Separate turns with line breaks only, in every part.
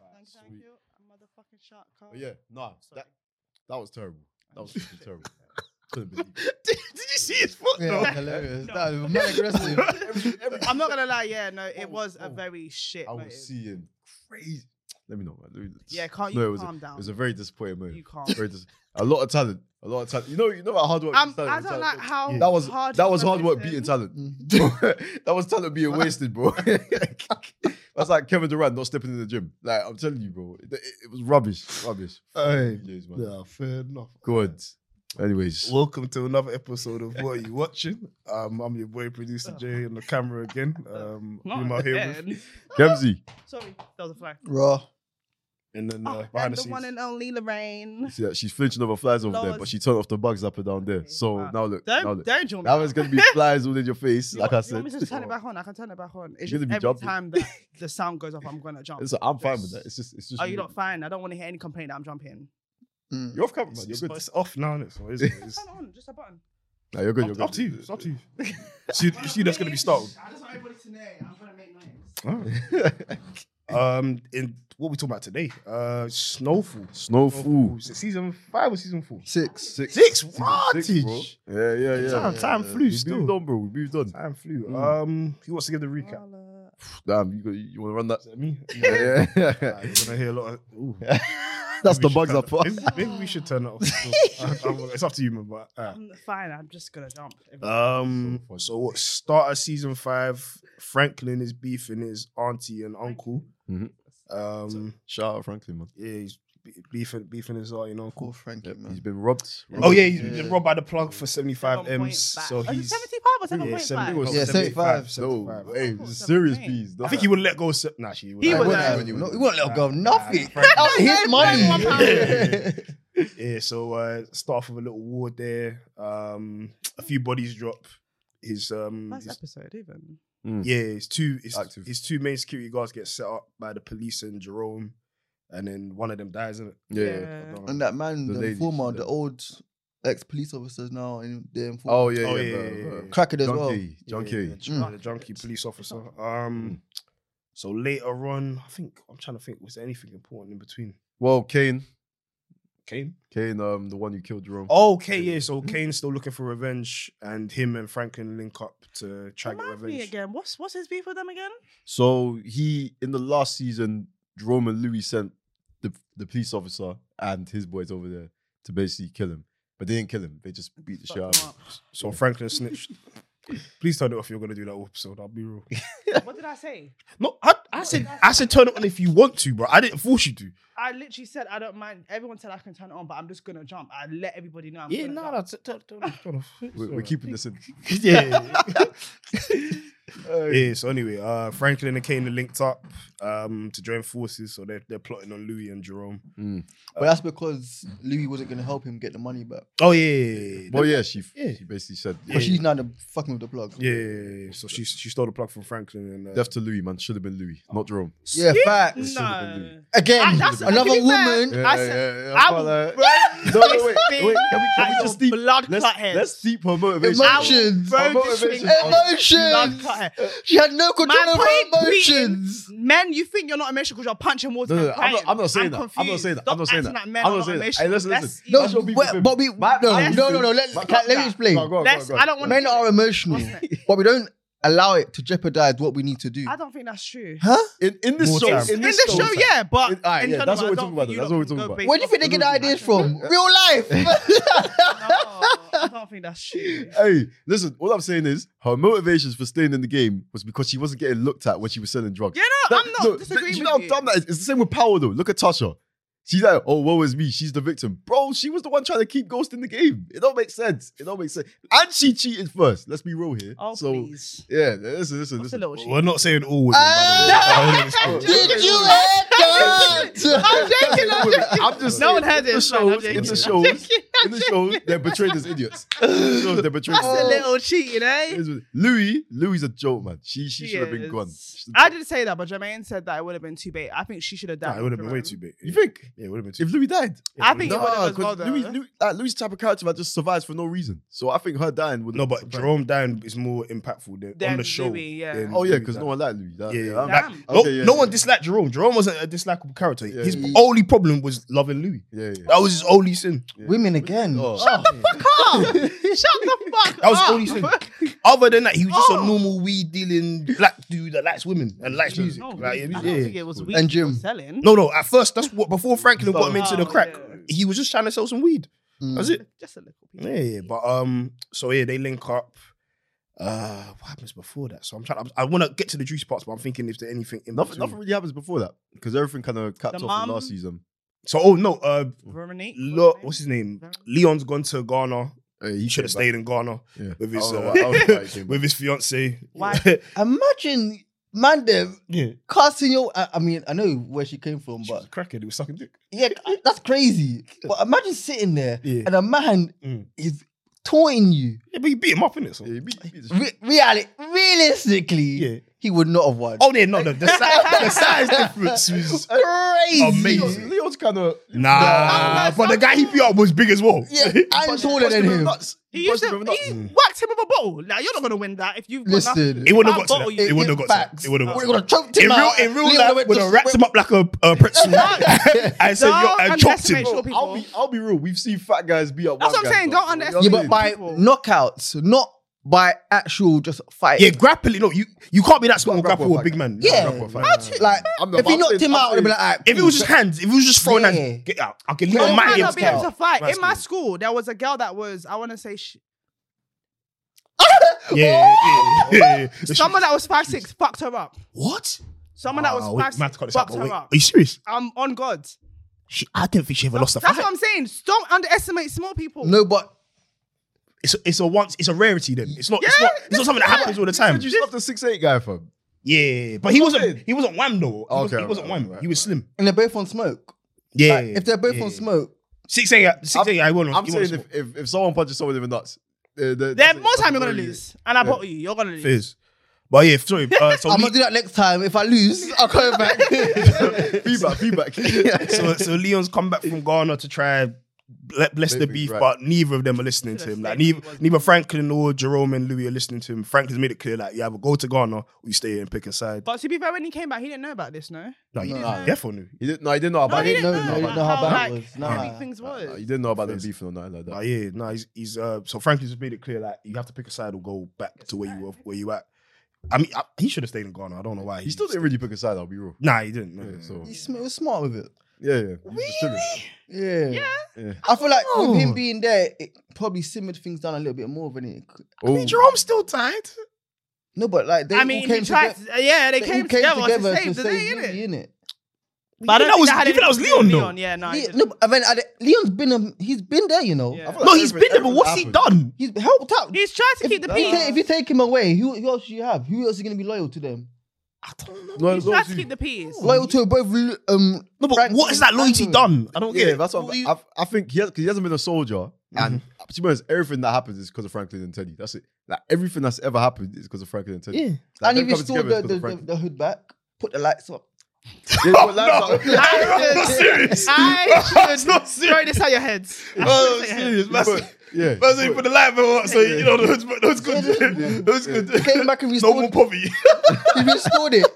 man. Thank
Sweet.
you. A motherfucking shot call.
But yeah, no,
Sorry.
that that was terrible. That was fucking terrible. Couldn't believe it.
did, did you see his foot?
Yeah,
though?
that was hilarious.
No.
That was mad aggressive.
Every- every-
I'm not gonna lie. Yeah, no,
I
it
was-
was
I
a
was-
very shit.
Oh, I
motive.
was seeing crazy. Let me know. man. Let me,
Yeah, can't you
No, it was a-
calm down?
It was a very disappointing moment.
you calm.
Very dis- a lot of talent. A lot of talent. You know, you know about hard work.
Um,
beats
I
talent,
don't
talent,
like
talent.
how
that was
hard
that
you
was hard work
represent-
beating talent.
Mm.
that was talent being wasted, bro. That's like Kevin Durant not stepping in the gym. Like I'm telling you, bro, it, it, it was rubbish, rubbish.
Hey,
Years, man.
yeah, fair enough.
Good. Anyways,
Welcome to another episode of What Are You Watching? Um, I'm your boy producer Jay on the camera again. Um, who am I
Not
here with?
again.
Kemsy.
Sorry, that was a fly.
Raw.
And then
Oh,
uh,
and
behind the,
the
scenes,
one and only Lorraine.
See, that? she's flinching over flies over there,
Lord.
but she turned off the bug zapper down there.
Okay,
So
wow.
now look, now
Don't
look.
don't join
Now
me.
it's gonna be flies all in your face,
You
like
want-
I
You
said.
want me to just turn it back on? I can turn it back on. It's
You're
just
gonna be
every
jumping.
time that the sound goes off, I'm gonna jump.
It's- I'm fine with that. It's just, it's just.
Oh, you're not fine. I don't want to hear any complaint that I'm jumping.
Mm.
You're off camera, man.
it's,
You're
it's,
good.
it's off now, isn't it? So it is what it is.
Turn it on, just a button.
Nah, you're good. You're
Up,
good.
up to you. It's up to you. See, you see that's going to be startled.
I just want everybody to know I'm gonna make noise.
Um, and what we talking about today? Uh, Snowfall.
Snowfall.
Is it season five or season four?
Six.
Six.
Six.
Six, bro.
Wattage.
Yeah, yeah, yeah.
Time- time
Yeah.
flew
We
still.
moved on, bro. We moved on.
Time flew.
Mm.
Um, who wants to give the recap?
Damn, you, go- you want to run that?
Is that me?
Yeah,
Nah,
yeah.
you're gonna hear a lot of. Ooh.
That's the
Maybe we
bugs
should
up.
turn it- Maybe, maybe we should turn it off. I- I'm- it's up to you, man. But alright.
I'm fine. I'm just gonna jump.
Uh,
um,
So funny.
so what? Start of season five. Franklin is beefing his auntie and uncle.
Mhm.
Um,
Shout out Franklin, man.
yeah, he's be- beefing beefing his auntie and uncle.
Cool, Frankie,
He's
man.
been robbed.
Oh yeah, he's been
Yeah.
robbed by the plug for seventy five
Seven point
m's.
five.
Oh,
So
Is it
he's.
75 or
Yeah, 70
7.5?
was
Yeah,
75.
75.
No,
75.
hey,
Oh,
this is serious
something.
peas.
I think he would let go. Of se- nah, she
He
Nah,
would
wouldn't
have.
have- no, he wouldn't let go of nothing.
Frank-
That was his money.
yeah. yeah, so uh, start off with a little ward there. Um, a few bodies drop. His um,
First
his-
episode, even.
Mm.
yeah, his two his,
Active.
his two main security guards get set up by the police and Jerome, and then one of them dies. Isn't it?
Yeah.
And that man,
The
the,
lady,
former,
the-
the old ex police officers now, and the informer.
Oh yeah,
Oh,
yeah.
yeah,
bro,
yeah,
bro.
yeah.
Crackhead as
John
well.
Kerry, John
yeah,
Kerry.
the, jun- the junkie police officer. Um, so later on, I think I'm trying to think. Was there anything important in between?
Well, Kane,
Kane.
Kane, um, the one you killed Jerome.
Oh, okay, yeah. So Kane's still looking for revenge, and him and Franklin link up to try to get
Remind me
revenge.
again. What's what's his beef with them again?
So he in the last season, Jerome and Louis sent the the police officer and his boys over there to basically kill him, but they didn't kill him. They just beat the
Fuck
shit out of
them
him.
So Franklin snitched. Please turn it off. You're gonna do that whole episode. I'll be real.
up. what did I say?
No, I, I said I said turn it on if you want to, bro. I didn't force you to.
I literally said I don't mind. Everyone said I can turn it on, but I'm just gonna jump. I let everybody know. I'm
yeah,
gonna
no,
jump.
no, t- turn turn it off. Turn it off. It's
We're, we're
alright.
keeping this in.
yeah.
Uh,
yeah. So anyway, uh, Franklin and Kane are linked up um, to join forces. So they're they're plotting on Louis and Jerome.
mm.
But that's because Louis wasn't going to help him get the money back.
Oh yeah, yeah.
Well, yeah, she
Yeah.
she basically said
Yeah.
But she's now the fucking with the plug.
yeah, yeah, yeah. So she she stole the plug from Franklin and uh,
death to Louis, man. Should have been Louis, not Jerome.
Yeah, facts.
No.
Again,
I- that's- to
another
be fair-
woman.
Yeah, yeah,
I said-
yeah,
I
but,
will
uh,
break
No, no, wait,
this
wait, can we-
thing
can we just
at your
deep-
blood
Let's,
clot head.
let's deep her motivation.
I will
Emotions.
break
Our
this thing
motivations
at your
Emotions.
blood clot head.
She had no control of her
My point being,
emotions.
men, you think you're not emotional because you're punching walls.
No, no,
and
no, I'm
crying.
not- I'm not saying that. I'm not
confused.
saying that. I'm
Stop
not saying
acting
that.
like men
I'm
are
not saying that. Hey,
emotional.
listen,
Let's
listen.
eat-
No,
That's your beef
well,
with him.
but we
My-
no,
my
no,
beef
no, no.
is-
Let,
my-
let, let me
Let's-
explain.
Go on, go on, go on,
Let's-
go on.
I don't want
Men are emotional,
What's that?
but we don't allow it to jeopardize what we need to do.
I don't think that's true.
Huh?
in, in this
More
show.
time.
In
In
this,
this show, yeah, but
It- alright,
in
yeah,
terms
that's
of-
what we're talking
I don't
about,
think
that's
you
what we're
lot
talking
can go
about.
based
Where do you
off
think they
the
get the
rules of action.
ideas from? Real life.
No, I don't think that's true.
Hey, listen. All I'm saying is her motivations for staying in the game was because she wasn't getting looked at when she was selling drugs.
Yeah, no,
That-
I'm not
no,
disagreeing
th-
with
you. know
you.
how dumb that is? It's the same with power though. Look at Tasha. She's like, oh, woe is me. She's the victim. Bro, she was the one trying to keep Ghost in the game. It don't make sense. It don't make sense. And she cheated first. Let's be real here.
Oh,
so,
please.
yeah, listen, listen,
What's a
listen.
little
Well,
cheat?
We're not saying all women. by the way.
No!
Did you hear that? Mm.
I'm
joking, I'm
I'm just
No
saying,
one heard
in the
this, man, I'm
shows, in the
joking.
shows, in the show, they're portrayed as idiots. In the show, they're portrayed
That's
as
a little cheating, eh?
idiots. Louis, Louis is a joke, man. She she should have been gone.
Yes. I did say that, but Jermaine said that it would have been too bait. I think she should have died.
Nah, it would have been way
Jermaine.
too big.
You think?
Yeah, it would have been too
If Louis died,
yeah,
I
it
think
would've
it would've as
'cause
well, though.
Louis, Louis, like, Louis' type of character that just survives for no reason. So I think her dying would
been- No, but Jerome Down is more impactful than, on
Then
the show.
Louis, yeah.
than
Oh yeah,
Louis
because
Dine.
no one liked Louis. That-
Yeah,
I'm-
Damn.
No,
Okay, yeah,
no
yeah.
one disliked Jerome. Jerome wasn't a dislikable character.
Yeah,
his
yeah.
only problem was loving Louis.
Yeah, yeah.
That was his only sin.
Women again.
Oh.
Fuck up! Shut the fuck
That was
up!
only sin. Other than that, he was just
Oh.
a normal weed dealing black dude that likes women and likes music.
No,
Like, it
I
was-
don't
yeah.
think it was weed
And
he was
Jim.
selling.
No, no. At first, that's what before Franklin got him into the
Oh,
crack,
yeah.
he was just trying to sell some weed.
Mm.
That's it.
just a little. piece.
Yeah, yeah. But um, so yeah, they link up. Uh, what happens before that? So I'm trying. I want to get to the juice parts, but I'm thinking if there's anything. In
Nothing,
between.
nothing really happens before that because everything kind of capped
The
off in
mum-
last season.
So oh no. Uh,
Veronique.
Lo- what's
what's
his name?
Ver-
Leon's gone to Ghana.
Hey,
He should have
came
stayed in Ghana
back. Yeah.
with his
I don't know
uh,
why- I don't know why he came
with his fiance.
Why?
Imagine, man, them
yeah,
casting your. I, I mean, I know where she came from,
she was
but
cracking. He was sucking dick.
yeah, that's crazy. But imagine sitting there
Yeah.
and a man
Mm.
is taunting you.
Yeah, but he beat him up in it. So.
Yeah, he beat- he beat the shit.
Re- reality, realistically,
Yeah.
he would not have won.
Oh yeah, no, no. The, si- the size difference was
crazy!
Oh, amazing.
Leon's- Leon's kind of
Nah,
Nah.
but the guy he beat up was big as well.
Yeah, and taller
Punched
than
him in the
him.
nuts.
He,
He
used
punched
to,
him in the nuts.
he whacked him with a bottle. Now you're not gonna win that if you've got nothing.
Listen,
It wouldn't
I'll
have got to
bottle
that.
you.
It wouldn't have got to
facts.
that. It wouldn't have
we're
got to that.
gonna choked him
In real,
out.
in real
Leon
life,
went
would
to-
have wrapped him up like a, a pretzel and said,
Don't
uh, "Yo," and choked
underestimate
him.
short
Bro, I'll
people.
be, I'll be real. We've seen fat guys beat up.
That's
white
what I'm
guys,
saying,
bro.
don't
You know
underestimate
Yeah,
what I
but
mean?
by
people.
knockouts, not by actual just fight.
Yeah, grappling. No, you you can't be that small
Grapple
grapple with
fight.
a big man.
Yeah.
Grapple fight.
How do you- like
I'm not-
if he
I'm
knocked
saying-
him
I'm
out, it'd be
saying-
like, "Alright,
If it
cool."
was just hands, if it was just throwing
Yeah.
hands, get out. I can leave
Bro,
I
on my
might
hands
not
hands.
be able
count.
to fight.
Right,
In my
excuse me.
school, there was a girl that was, I want to say, sh-
Yeah, yeah, yeah, yeah, yeah. The
Oh! someone that was five six fucked her up.
sh- What?
Someone that was
Ah, wait,
five
man, cut
six
this out,
fucked
but wait.
her
Are
up.
you serious?
I'm on God.
She, I don't think she ever lost a
That's
fight.
what I'm saying. Don't underestimate small people.
no, but
It's a, it's a once, it's a rarity. Then it's not, it's not, it's not something that happens all the time.
Did you stop the six eight guy fam?
Yeah, but he wasn't, he wasn't wham though. He
Okay,
was, he wasn't
right,
wham.
right,
he was slim.
and they're both on smoke.
Yeah,
Like, if they're both on smoke,
six eight, six eight, I won't.
I'm
he won't
saying if, if if someone punches someone in the nuts, uh, the-
Then
that's it.
most
That's
time you're gonna
what it is.
lose, and I
Yeah.
bought you. You're gonna lose.
Fizz. But yeah, sorry. Uh, so,
I'm
Le-
gonna do that next time. If I lose, I'll come back.
feedback, feedback. yeah.
so, so Leon's come back from Ghana to try ble- bless the
Maybe,
beef,
right.
but neither of them are listening to him. Like neither, neither Franklin or Jerome and Louis are listening to him. Franklin's made it clear like you either go to Ghana or you stay here and pick a side.
But to be fair, when he came back, he didn't know about this, no.
no, you
No.
didn't. definitely. knew.
He didn't. No, he didn't know about.
No,
I
he
it.
didn't know,
didn't
no,
know,
he didn't know
like,
how
how,
bad it
like,
was.
How
Nah.
big things
Nah, nah,
was.
he didn't know about them
Fizz.
beefing or nothing like that.
But yeah, no, he's, he's uh, so Franklin's just made it clear like you have to pick a side or go back to where you were, where you at. I mean, I, he should have stayed in Ghana. I don't know why.
He still didn't really pick a side. I'll be real.
Nah, he didn't. No,
Yeah,
no,
so
no.
He sm- was smart with it.
yeah, yeah. He was just chilling.
Yeah.
Yeah.
Yeah.
I feel like
Oh.
with him being there, it probably simmered things down a little bit more than it could.
I
Oh,
mean, Jerome's still tied.
No, but like they
I
all
mean,
came
he tried.
toge-
to- uh, yeah, they,
they all
came, together, to save the day,
save
innit?
Louis, innit?
But I
You think that
don't
was-
think had
you think that was
anything to do with
Leon, though?
Yeah, no. he
Le-
didn't.
no, but I mean, I, Leon's been um, he's been there, you know.
Yeah.
I feel like
No, he's been there, but
Everything
what's he
happened.
done?
he's helped out.
He's trying to
If,
keep the
if you
peace.
take, if you take him away, who, who else do you have? Who else is going to be loyal to them?
I don't know.
No,
He's
no,
trying to
dude.
keep the peace.
Loyal to both. Um,
No, but
Franklin
what has that loyalty
Franklin.
done? I don't get
Yeah,
it.
that's what
What
I'm,
you-
I, I think he, has, 'cause he hasn't been a soldier,
Mm-hmm.
and uh, to be honest, everything that happens is because of Franklin and Teddy. That's it. Like everything that's ever happened is because of Franklin and Teddy.
Yeah.
Like, them
and he
coming
restored
together is 'cause
the, the,
of
the,
Franklin.
the hood back, put the lights up.
Yeah,
Oh,
but lights
no.
out.
I'm not serious.
I
That's
should
not
throw
serious.
this at your heads.
Oh, I'm serious. That's
But, yeah.
that's it for the life bill up. So you know those those good. Those
He came
good.
back and
No
restored.
more poverty.
he restored it.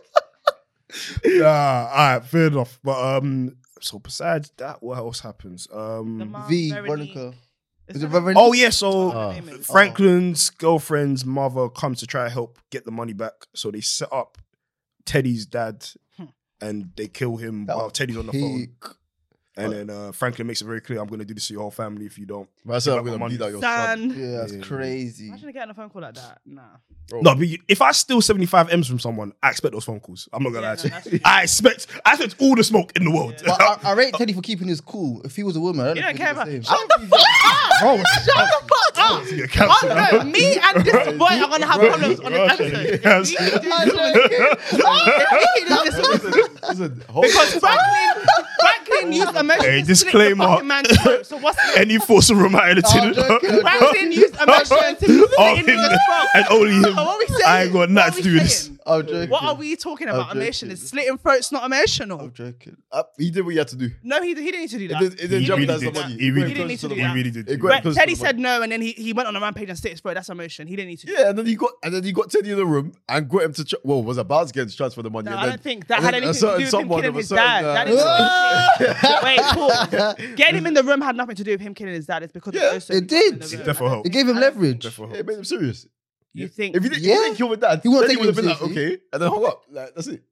Yeah, all right, fair enough. But um, so besides that, what else happens?
The
Um,
mom,
V
Veronique.
Veronica.
Is
Is it
that-
Reverend?
oh yeah, so
what her name is?
Franklin's girlfriend's mother comes to try and help get the money back. So they set up Teddy's dad
Hmm.
and they kill him
That
while
was
Teddy's on the phone.
Peak.
And then uh, Franklin makes it very clear, I'm going to do this to your whole family if you don't.
But I said I'm
Give
gonna
up my
bleed out your son.
Son.
Yeah, that's
Yeah.
crazy.
Imagine getting a phone call like that. Nah.
Bro,
No, but you- if I steal 75 M's from someone, I expect those phone calls. I'm not going to
Yeah,
lie
no,
to
that's
you.
true.
I expect, I expect all the smoke in the world.
But I, I rate Teddy for keeping his cool. If he was a woman, I don't
You
know
don't
if
care
he'd do the
about.
same.
Shut the fuck up!
Bro,
Shut the fuck up!
you're
Oh,
cancelled.
no, me and this boy are gonna have problems on this Oh, episode.
Yes.
If we do- if we do this-
listen, listen, hold
Because Franklin, Franklin Romain used a measure
Hey,
to slit the
disclaimer.
fucking man's throat. So what's
Any force of romantic
Oh, I'm joking, I'm joking.
Ramsey used a measure and slit
Oh,
it in
him.
his throat.
and only him.
So what are we saying?
I ain't got
What
nothing
are
to
we
do with this.
saying?
I'm joking.
What are we talking about?
joking.
Emotion is slitting throats, not emotional.
I'm joking.
Uh, he did what he had to do.
No, he, he didn't need to do
It
that.
didn't, it didn't
He really
jeopardize the
did.
money.
He really
It went
did.
close to the
He
money.
didn't
really did.
It
Brett,
went close to
Teddy
the
said no, and then he, he went on a rampage and slit his throat. That's emotion. He didn't need to do that.
Yeah, and then he got and then he got Teddy in the room and got him to tra- well was about to get him to transfer the money.
No,
and
I
then,
don't think that
and
had
then a
anything to
certain
do
someone
with him killing
of a
his
certain,
dad.
uh,
That is Wait, cool. Getting him in the room had nothing to do with him killing his dad. It's because
Yeah,
of those
it
people in
did.
the
It
room.
definitely helped.
It gave him leverage.
Therefore,
it made him serious.
You think?
If he didn't,
Yeah.
if he didn't kill with that,
He would've
then he
taken
would have been
him
like,
seriously.
okay, and then hung up. Like, that's it.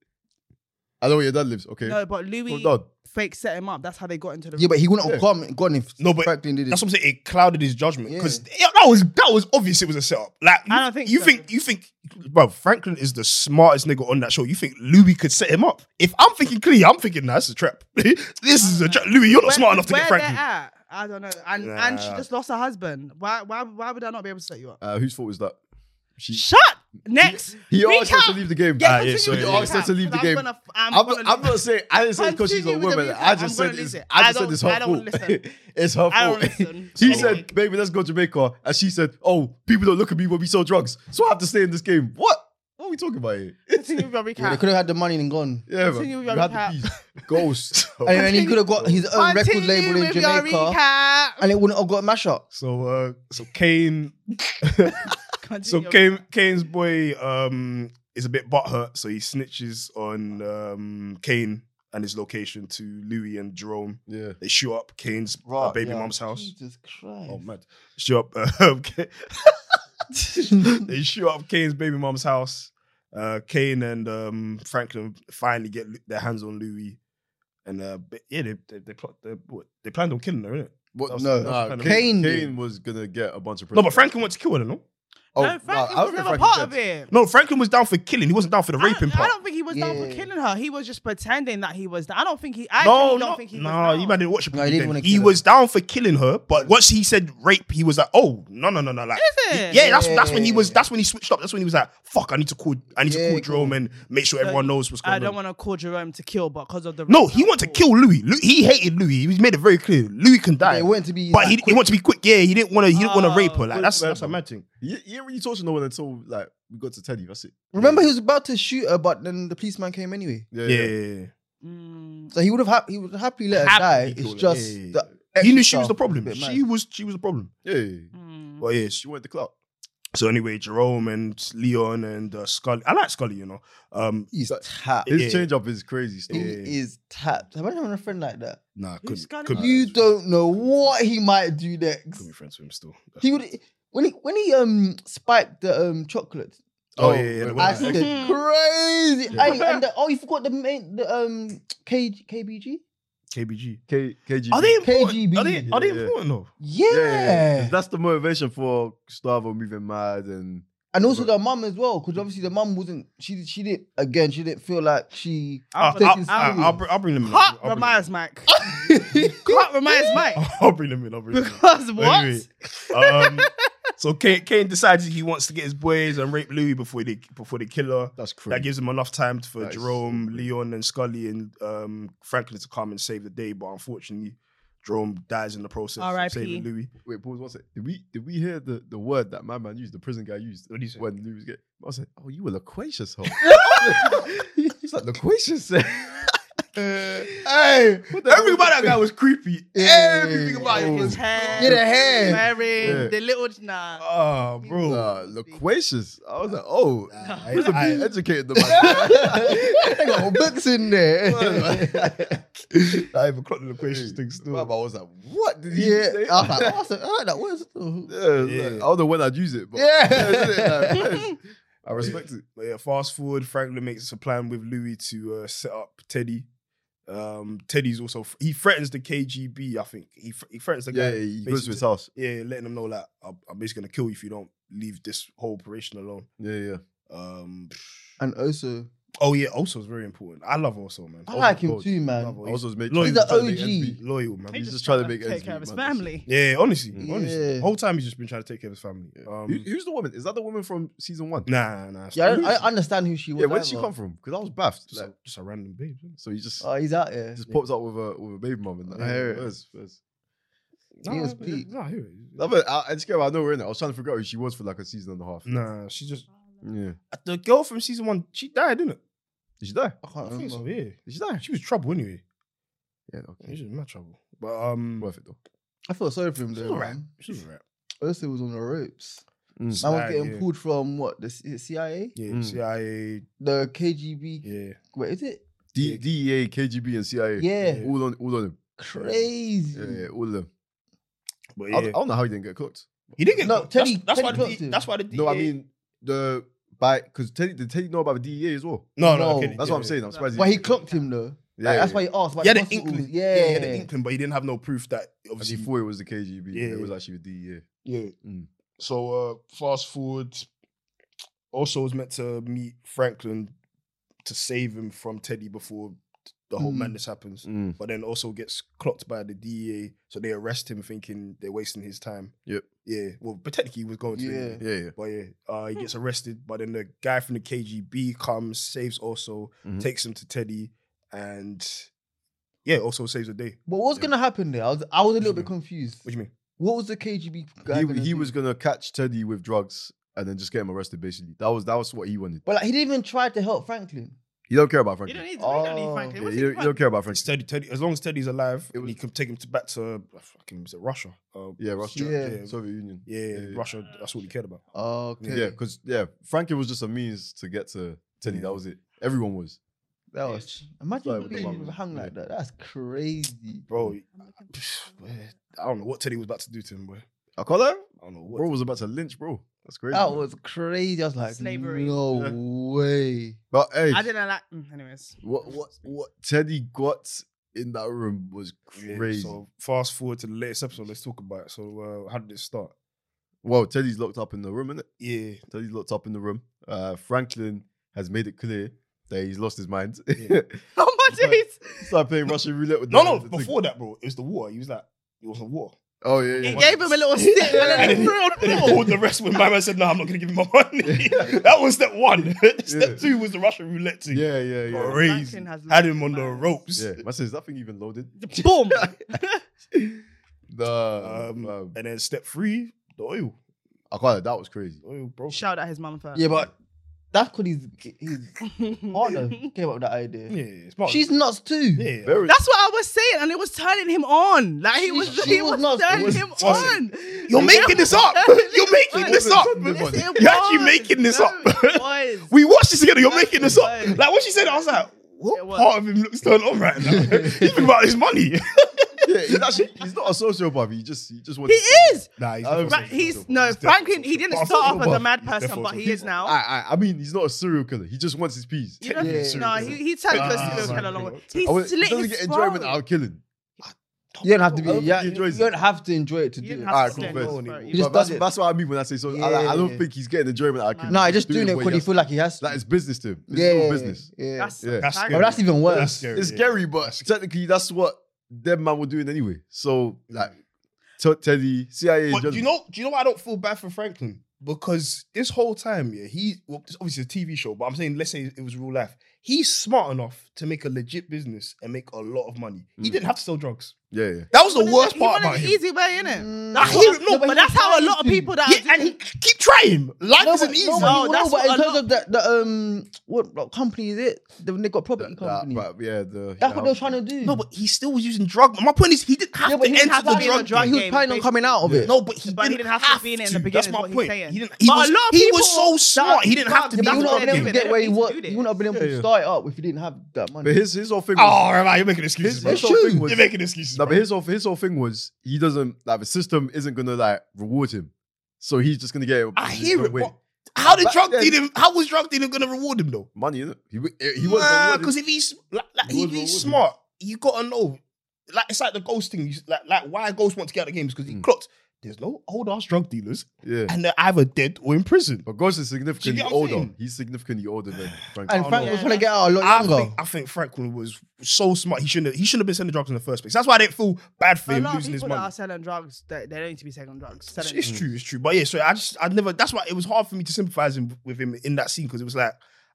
I know where your dad lives. Okay,
No, but Louis
well done.
fake set him up. That's how they got into the room.
Yeah, but he wouldn't have
Yeah.
come, gone if
No, but
Franklin did it.
That's what I'm saying. It clouded his judgment
Yeah.
because that was that was obvious. It was a setup. Like
I
you-
don't think
you
so.
think you think, bro. Franklin is the smartest nigga on that show. You think Louis could set him up? If I'm thinking clean, I'm thinking that's a trap. this is a trap. Louis, you're not
Where-
smart enough to get
where they're
Franklin.
at, I don't know. And and she
Nah.
just lost her husband. Why why why would I not be able to set you up?
Uh, whose fault was that? She,
Shut. Next.
he asked her
recap.
to leave the game.
Yeah,
Ah, yeah,
continue
sorry,
with
yeah,
the
yeah.
asked her to
recap,
leave the
'cause
game.
I'm, gonna, I'm,
I'm,
gonna
not, I'm
leave-
not saying I didn't say because she's a
Continue with the
woman.
recap.
I
I'm
just
gonna
said it's,
listen.
I
I
just said
don't-
it's
I
her
don't
fault.
listen.
it's her
I don't
fault.
listen.
He
So-
said, "Baby, let's go to Jamaica," and she said, "Oh, people don't look at me when we sell drugs, so I have to stay in this game." What? What are we talking about here?
Continue with your
yeah, they
recap.
could have had the money and gone.
Yeah, man.
Continue
You
with your
had the
recap.
piece. Ghost.
And then he could have got his own record
Continue
label in
with your
Jamaica,
recap.
and it wouldn't have got a mashup.
So uh, so Kane, so
Continue your
Kane, Kane's boy um is a bit butthurt, so he snitches on um Kane and his location to Louis and Jerome.
yeah.
They shoot up Kane's uh, baby mom's house.
Jesus Christ.
Oh man.
shoot up uh, K- they shoot up Kane's baby mom's house. Uh, Kane and um, Franklin finally get Lu- their hands on Louis, and uh, but yeah, they they they, plot, they, what, they planned on killing her, innit? That
What?
was-
No.
that was
nah,
kind of-
Kane,
Kane did.
Kane was gonna get a bunch of.
No, but
prisoners.
Franklin went to kill her, no?
Oh,
no, Franklin
nah, I
was
don't think
never
Franklin's
part of
dead.
it.
No, Franklin was down for killing. He wasn't down for the
I-
raping
I,
part.
don't think he was down for
Yeah.
killing her. He was just pretending that he was. I don't think he. I
no,
no, don't
no,
think he was.
no,
down.
you man didn't watch it.
No, he didn't
then.
wanna
he
kill
was down for killing her, but once he said rape, he was like, "Oh, no, no, no, no!" Like,
Is
he-
it?
yeah, that's that's when he was.
Yeah.
That's when he switched up. That's when he was like, "Fuck, I need to call. I need to
Yeah,
call Jerome and make sure
So
everyone knows what's going
I
on."
don't want to call Jerome to kill, but because of the
No, he wanted to kill Louis. Lou He hated Louis. He made it very clear. Louis can die,
it wanted to be.
but
like,
he, he wanted to be quick. Yeah, he didn't want to. He didn't want
Oh,
to rape her. Like that's
quick,
that's a
man.
mad thing.
You, you didn't really talk to no one until like we got to Teddy. That's it.
Remember, he was about to shoot her, but then the policeman came anyway.
Yeah.
Yeah,
yeah.
Mm,
So he would have hap- he would happily let her
Happily
die.
kill
It's
her.
just
Yeah.
the
he knew she
extra
was
stuff
the problem.
bit mad.
She was she was the problem.
yeah, yeah.
mm.
Well, yeah.
She wanted the clout.
So anyway, Jerome and Leon and uh, Scully. I like Scully, you know. Um,
He's
Like-
tapped.
His
Yeah.
change up is crazy. Still.
He
Yeah.
is tapped. Have I having a friend like that?
nah,
Who's
couldn't,
Scully?
couldn't, be
you
friends with him.
don't know what he might do next.
Couldn't be friends with him still.
He would when he when he um spiked the um chocolate.
Oh, yeah, yeah,
wait,
the
wait,
one
I
wait.
said
that extra-
crazy.
Yeah.
Aye, and the, oh, you forgot the main the um K, KBG.
KBG.
K- KGB.
Are they important?
KGB.
Are they are they
Yeah, yeah.
important though?
Yeah.
Yeah, yeah, 'cause that's the motivation for Gustavo moving mad and
and also the mum as well, because obviously the mum wasn't. She she didn't again. She didn't feel like she.
I'm
I'll,
gonna-
I'll,
taking
I'm-
serious.
I'll, I'll br- I'll bring them in. I'll
Cut
bring them in.
Ramirez, Mike. Cut Ramirez, Mike.
I'll bring them in. I'll bring them in.
Because what?
Anyway, um, so Kane, Kane decides he wants to get his boys and rape Louis before they before they kill her.
that's crazy.
That gives him enough time for
That is
Jerome,
so good.
Leon, and Scully and um, Franklin to come and save the day. But unfortunately, Jerome dies in the process
R.I.P..
of saving Louis.
Wait, pause one sec. Did we did we hear the, the word that my man used, the prison guy used
What do you say?
when Lou was getting I was like, Oh, you were loquacious, huh? He's like loquacious.
Hey,
What the hell?
Everything about that guy was creepy.
Yeah.
Everything about him
His
was.
hair,
Get a hair.
wearing
Yeah.
the little nah.
Oh, bro.
Nah, loquacious. I was like, oh,
Nah,
he's a
I-
bit educated. The man.
they got books in there.
I even clocked the loquacious thing
My man
still.
was like, what did he
yeah,
say?
I was like, what's that? I heard that was.
Yeah, it's
Yeah.
like, I don't know when I'd use it, but
Yeah.
isn't it? Like, yes, I respect it.
But yeah, fast forward. Franklin makes a plan with Louis to uh, set up Teddy. Um, Teddy's also he threatens the KGB. I think he fr- he threatens the
Yeah,
guy.
yeah, he goes to
basically-
his house.
yeah, letting them know like I'm, I'm basically gonna kill you if you don't leave this whole operation alone.
Yeah, yeah.
Um,
And also,
Oh yeah, also is very important. I love also man.
I
Also-
like him
cold.
too,
Love
man.
him.
Also, mate,
Loyal.
He's an
trying to make
OG.
ends meet.
Loyal man.
He's
just
just trying to
trying
make
to
ends
take care of
meet,
his
man.
family.
Yeah, honestly,
Mm.
honestly,
Yeah.
the whole time he's just been trying to take care of his family.
Who-
Um,
Who's the woman? Is that the woman from season one?
nah, nah.
Yeah, I, don't- I
it's
don't understand who she was.
Yeah, where did she
either.
come from? Because I was baffed.
just, a,
Like,
just a random babe. isn't it?
so he just
Oh, he's out here.
just pops up with a with a baby mum and that.
I hear it.
First, first.
Nah,
He was
yeah,
peak.
nah, here it is.
No, but I, I just get. I know we're in it. I was trying to figure out who she was for like a season and a half.
Mm.
Nah, she just
Yeah.
the girl from season one. She died, didn't it?
Did she die?
I can't
I think so.
remember.
Yeah,
Did she die?
she was trouble anyway.
Yeah. Okay.
She was mad trouble. But um,
Worth it though.
I feel sorry for him
She's
though.
alright.
man.
she was alright.
Ursa was on the ropes.
Mm.
Man was
Nah,
getting
yeah.
pulled from what the C- CIA,
Yeah,
Mm.
CIA.
the KGB.
Yeah,
Wait, is it?
D- E DEA, KGB, and CIA.
Yeah, E
Yeah.
All on, all on them.
crazy.
Yeah, yeah, all of them.
but
I,
yeah,
don't- I don't know how he didn't get cooked.
he didn't get
No,
caught.
Teddy-
That's, that's
Teddy
why. The,
caught
D-
him.
that's why the DEA.
E
No, I mean the by because Teddy did Teddy know about the DEA as well.
no, no.
No.
okay,
That's
yeah,
what I'm
yeah.
saying. I'm surprised.
But he
didn't get
clocked him though.
cooked.
Yeah,
Yeah,
that's
yeah.
why he asked. About
He had
the
an
hospitals.
inkling.
Yeah,
he had an inkling, but he didn't have no proof that
And
obviously.
he thought it was the KGB.
Yeah,
it
yeah.
was actually the DEA.
Yeah.
Mm.
So uh fast forward. Also was meant to meet Franklin to save him from Teddy before the whole
Mm.
madness happens. But then also gets clocked by the DEA, so they arrest him thinking they're wasting his time.
Yep.
Yeah. Well, but technically he was going to. anyway.
Yeah. Hmm.
Yeah, yeah.
But yeah, uh, he gets arrested. But then the guy from the KGB comes, saves also,
Mhm.
takes him to Teddy, and yeah, also saves the day.
But what's
Yeah. Mm.
gonna happen there? I was, I was a little
do you
bit confused.
What do you mean?
What was the KGB guy?
He,
gonna
he
do?
was gonna catch Teddy with drugs and then just get him arrested. Basically, that was that was what he wanted.
But like, he didn't even try to help Franklin.
You don't care about
You don't
Franklin.
need to. we don't
Oh.
need
Yeah,
Franklin.
you,
What's he
don't, you
doing?
don't care about
It's
Franklin.
Teddy, Teddy, as long as Teddy's alive,
It
and he
was-
can take him to back to uh, fucking was it Russia? Uh,
Yeah, Russia,
Yeah.
Yeah.
Soviet Union.
yeah,
yeah.
Russia. That's all he cared about.
Okay,
Yeah, because yeah, Franklin was just a means to get to Teddy.
Yeah.
That was it. Everyone was.
that was. Imagine
Sorry,
if
but the
they
mum-
hung like
yeah.
that. That's crazy.
Bro,
Mm-hmm.
I don't know what Teddy was about to do to him, boy.
I call that
I don't know what.
bro was about to lynch bro. That's crazy.
That
man.
was crazy. I was like,
Slavery.
no
Yeah.
way.
But hey,
I didn't like. mm, Anyways,
What what what Teddy got in that room was
Yeah,
crazy.
so fast forward to the latest episode. Let's talk about it. So, uh, how did it start?
well, Teddy's locked up in the room, isn't it?
Yeah,
Teddy's locked up in the room. Uh, Franklin has made it clear that he's lost his mind.
Yeah.
oh my
But-
days.
Started playing Russian roulette with
no,
the-
no.
the thing.
Before that, bro, it was the war. He was like, it was the war.
Oh yeah,
It
yeah.
gave him a little sit. and
And
then
then
he
he-
threw on
And then
the floor.
all the rest when my man said, "No, I'm not going to give him my money." that was step one. step
Yeah.
two was the Russian roulette. Team.
yeah, yeah, yeah.
Crazy.
Franklin has
Had
lost
him on
his
the
mind.
ropes.
Yeah, man says nothing even loaded.
Boom.
Nah,
Um,
um,
and then step three, the oil.
I call it. That was crazy.
The oil broke.
Shout at his mum first.
Yeah, but that's because his his partner came up with that idea.
Yeah, it's not-
She's nuts too.
yeah.
Very.
That's what I was saying, and it was turning him on. Like he
She-
was,
she
he
was
was,
not-
turning
was-
him
wasn't.
on.
You're making this up. You're making this up.
Yes, it
You're actually
was.
making this
No,
up.
it was.
We watched this together. You're making this up.
Right.
Like when she said, it, I was like,
It
what
was.
part of him looks turned on right now? He's thinking about his money.
yeah, he's actually he's not a sociopath. He just he just
He
wants.
is.
Nah, he's
I was
Right, he's no Franklin. He didn't start off as a mad person, but he is now.
I, I I mean he's not a serial killer. He just wants his peace.
You know,
Yeah.
no, he, he turned into
Ah,
a serial
right.
killer long.
I
He
would, he
slit
doesn't
his
get enjoyment
throat.
out of killing.
You don't have to be.
I don't
Yeah,
think he
you, you
enjoys it.
don't have to enjoy it to
You
do
didn't
it.
have
Alright,
to slit
confess.
his throat.
He
You
just
But that's,
does it.
that's what I mean when I say so. I, like, I don't
Yeah.
think he's getting enjoyment out of killing.
No, he's just doing it because he
feels
feel like he has to.
like it's business to him. It's
yeah,
his own business.
Yeah.
That's,
Yeah.
That's
I-
But that's even worse.
That's scary.
It's
yeah.
scary, but technically that's what them man were doing anyway. So like T- Teddy, CIA,
But
just-
do you know, do you know why I don't feel bad for Franklin? Because this whole time, yeah, he well, it's obviously a TV show, but I'm saying let's say it was real life. He's smart enough to make a legit business and make a lot of money. He
Mm.
didn't have to sell drugs.
yeah, yeah.
That was the
He
worst
wanted-
part
he wanted
about
an
him.
easy way, innit?
Mm.
That's
No,
what,
no,
no,
but
but that's
he
how a
tried
lot of
to.
people that
Yeah, and he keep trying. Life
No, but,
isn't easy.
No,
no, but,
that's
no, but
what
in
a
terms of the, the um, what, what company is it? The, when they got property
That- that-
company.
but yeah, the,
that's what they're trying to do.
No, but he still was using drug. My point is, he didn't have
yeah, but
to
he was
enter the
to be in
planning
a
drug.
on-
drug
he was
game,
planning on coming out of it.
No, but he,
But
didn't, have, to be in
it
it
in the beginning,
That's
is
my
what he's
point.
saying.
He didn't. He,
But a
was,
lot of
he
people
was so
that
smart. He didn't have to
Yeah,
be.
but
that's
in
you
what
drug
not
they're doing.
game.
been able to get
They
where
don't
you
need to
were.
do this.
You wouldn't have been able
Yeah,
to
yeah.
start it up if you didn't have that money.
But his his whole thing.
Oh, right, you're making excuses.
his,
bro.
his whole
true.
thing was
You're making excuses.
No,
bro.
but his whole his whole thing was he doesn't like the system isn't gonna like reward him, so he's just gonna get. it
I
his
hear
own
it.
way.
But how did
Back
drug
then-
dealing? How was drug dealing going to reward him though?
Money, innit? He w- eh, he was
because if he's like, like,
He
if
was
he's
rewarded.
smart, you gotta know. Like it's like the ghost thing. You, s- like like why ghosts want to get out of games because he
Mm.
clocked. There's no old ass drug dealers,
Yeah.
and they're either dead or in prison.
But Ghost is
Do you
significantly
get what I'm
older.
saying?
He's significantly older than Frank.
And
Oh,
Frank
no.
was trying to get out a lot
I
younger.
think, I think Franklin was so smart. He shouldn't. Have, he shouldn't have been selling drugs in the first place. That's why I didn't feel bad for
A
him
lot of
losing his
people that
money.
are selling drugs, they, they don't need to be selling drugs.
It's,
Selling
it's true. It's true. But yeah, so I just I never. That's why it was hard for me to sympathize him, with him in that scene because it was like,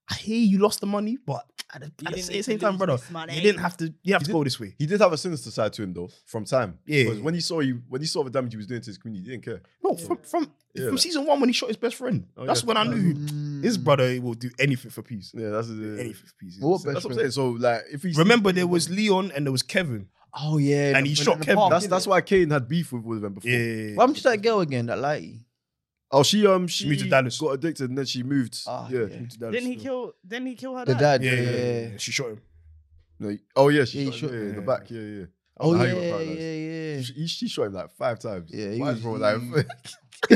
I hear you lost the money, but at the, at the
didn't need
same
to
time,
lose
brother,
this money.
you didn't have to. You have
You
to go this way.
He did have a sinister side to him though, from time.
Yeah.
Because when he saw you, when he saw the damage he was doing to his community, he didn't care.
No, from from,
Yeah.
from season one when he shot his best friend.
Oh,
that's
yeah.
when I knew
Mm.
his brother will do anything for peace.
Yeah, that's the
Anything for peace.
Well, what
That's
best
what I'm saying.
friend?
So like, if he
Remember, there was Leon and there was Kevin.
Oh yeah,
And he
in the-
shot
in the
Kevin.
park,
that's
innit?
that's why Kane had beef with all of them before.
Yeah.
What happened to that girl again? That lady.
Oh, she um she,
moved to Dallas.
got addicted and then she moved.
Ah,
yeah.
yeah.
Didn't he kill? Didn't he kill her?
The
dad?
dad.
Yeah,
Yeah.
yeah, yeah, yeah. She shot him.
No, oh yeah, she
Yeah, he
shot,
shot-
yeah, in the
yeah.
back. Yeah, yeah. I
Oh
don't know
yeah,
how he got
yeah,
paralyzed.
yeah.
She, she shot him like five times.
Yeah, he
Why is
was-
bro
he-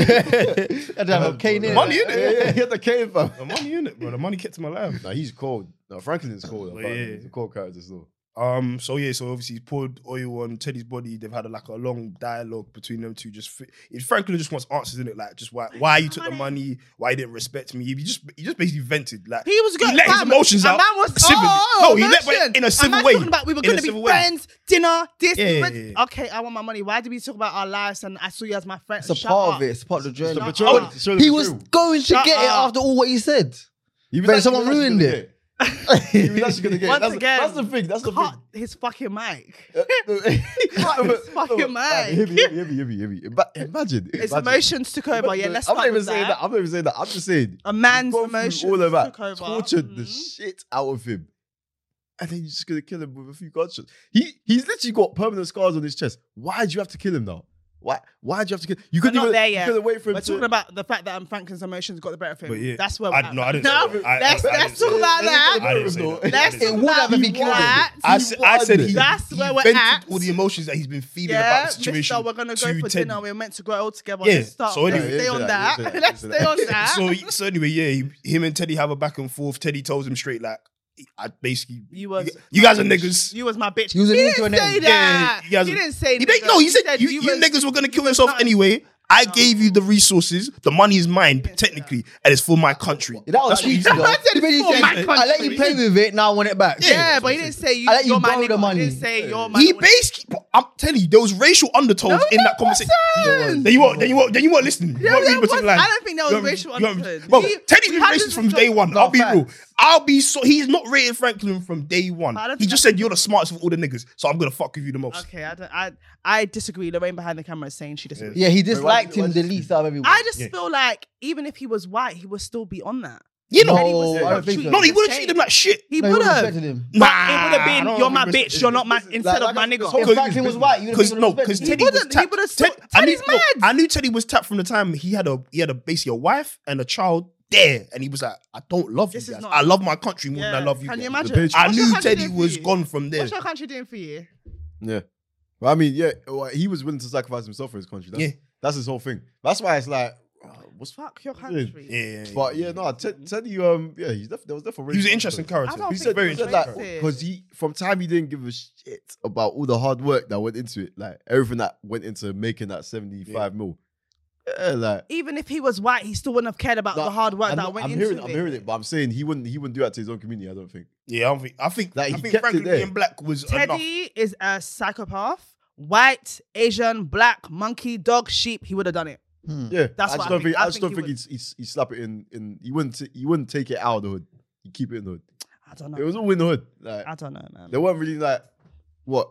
like
I don't know,
That's
Kane
bro,
in
Money,
like-
innit?
Yeah, yeah, he had the cane fam.
The money in it, bro. The money kept him alive.
Nah, he's cold. No, Franklin's cold.
But
apparently.
Oh, yeah.
He's a cold character still.
Um. So yeah. So obviously, he poured oil on Teddy's body. They've had like a long dialogue between them two. Just fi- it, Franklin just wants answers in it, like just why why you took the money, why you didn't respect me. He just he just basically vented. Like
He was good.
let his emotions
a
out
Man was,
civilly.
oh,
No, he let- but
emotions.
in a civil
man's
way.
Talking about we were
In a
going to
civil
be
way.
friends, dinner, this.
Yeah,
but-
yeah, yeah.
Okay, I want my money. Why did we talk about our lives and I saw you as my friend?
It's a
Shut
part
up.
of it. It's part of the journey.
the
But
betrayal.
he was going to
Shut
get it
up.
after all what he said.
He
But
actually-
someone
he was actually
ruined
gonna
it.
get He was actually gonna get it.
Once
That's,
again,
that's the thing. That's the
Cut
thing.
his fucking mic.
Cut
his fucking mic.
Heavy, heavy, heavy, heavy, heavy. Ima- Imagine.
His
imagine.
emotions took over. Yeah, let's
I'm
start
not even
with
saying that. I'm not even saying that. I'm just saying
A
you've
man's
gone
emotions
through all of that,
took over.
tortured the
Mhm.
shit out of him, and then you're just gonna kill him with a few gunshots. He he's literally got permanent scars on his chest. Why did you have to kill him now? Why why did you have to kill? You couldn't
not
even
there
you
yet.
couldn't wait for him.
We're
to,
talking about the fact that um, Franklin's emotions got the better of him.
But yeah.
That's where we're
I,
at
no,
right
I didn't.
now.
say that. I- I-
let's-
I
let's
didn't
talk
say that.
about that.
I didn't say that.
Let's
I
talk
didn't
It would
about
have been
that.
killed.
I said, I said he,
That's
he
where we're
vented
at.
all the emotions that he's been feeling about
Yeah,
the situation.
Mister, we're gonna go
to
for
Teddy.
dinner. We're meant to go all together.
Yeah,
Let's start.
so
Let's
anyway-
stay
Yeah,
on
yeah,
that.
yeah, yeah,
Let's
yeah,
stay on
yeah.
that.
so, so anyway, yeah, he, him and Teddy have a back and forth. Teddy tells him straight, like, I basically,
You was-
you, you guys are niggas.
you was my bitch.
He was a
he
means to
didn't
an
say
end.
that.
Yeah, yeah, he
he
has-
didn't say
He
that.
ba- no, he said, you, you,
was-
niggas were gonna kill yourself
not-
anyway. I gave you the resources. The money is mine,
Yes,
technically, and it's for my country.
That was
That's what he
cheeky
said.
though.
I said
He really
it's for
said,
my
I let you
country.
play with it. Now I want it back.
Yeah, but he didn't say you.
I let you
you're my
borrow
nigga.
the money.
He didn't say you're my.
He
nigga.
basically, but I'm telling you, there was racial undertones in that conversation. Then you weren't, then you weren't, then you weren't listening. You
Yeah,
weren't
there
reading between
was-
lines.
I don't think there was
You weren't-
racial
you weren't-
undertones.
Bro,
He-
Teddy's
we
been
had
racist
this
from day one.
No,
I'll be
facts.
real. I'll be so. He's not rated Franklin from day one.
But I don't
He
think
just said you're the smartest of all the niggas, so I'm gonna fuck with you the most.
Okay, I don't. I I disagree. Lorraine behind the camera is saying she disagrees.
Yeah, he disliked
why
him the
did-
least out of everyone.
I just
Yeah.
feel like even if he was white, he would still be on that.
You
no,
know,
Teddy was-
I don't think so.
no, he would have treated him like shit.
He
No,
would
would've
have.
respected him.
But it
Nah,
would have
I
been
don't
you're my
think
bitch, you're not my instead of my nigga.
Because
If Franklin
he's
was white, you would
Because no, because
He
Teddy was
wouldn't- he
tapped.
would've
Ted-
stopped-
I knew,
Teddy's
no,
mad.
I knew Teddy was tapped from the time he had a he had a basically a wife and a child there, and he was like, I don't love
This is
you guys.
not-
I love my country more
Yeah.
than I love you.
Can
guys."
you imagine?
Patriots.
I
What's your
knew
country
Teddy
doing for
was
you?
gone from there.
What's your country doing for you?
Yeah. But I mean, yeah, well, he was willing to sacrifice himself for his country. That's,
Yeah.
that's his whole thing. That's why it's like, oh, what's
Fuck Mm-hmm. your
Yeah.
country.
Yeah,
But yeah, no, Ted, Teddy, um, yeah, he's def- there was definitely
he was an interesting character.
I don't
He
think
said,
he
very
was
said
racist.
because he from time he didn't give a shit about all the hard work that went into it, like everything that went into making that seventy five mil. Yeah, like
Even if he was white, he still wouldn't have cared about
No,
the hard work
I'm,
that went
I'm
into
hearing,
it.
I'm hearing it, but I'm saying he wouldn't, he wouldn't do that to his own community. I don't think.
Yeah, I don't think I think
Like,
I
he
think
kept it
Franklin
there.
being black was enough.
Teddy is a psychopath. White, Asian, black, monkey, dog, sheep. He would have done it.
Hmm.
Yeah,
That's
I just
what I
don't
think-
think.
I
I just
think
don't
he
think
would.
he'd, he'd, he'd slap it in. In he wouldn't, t- he wouldn't take it out of the hood. He'd keep it in the hood.
I don't
It
know.
was all in the hood. Like
I don't know, man.
they weren't really like what.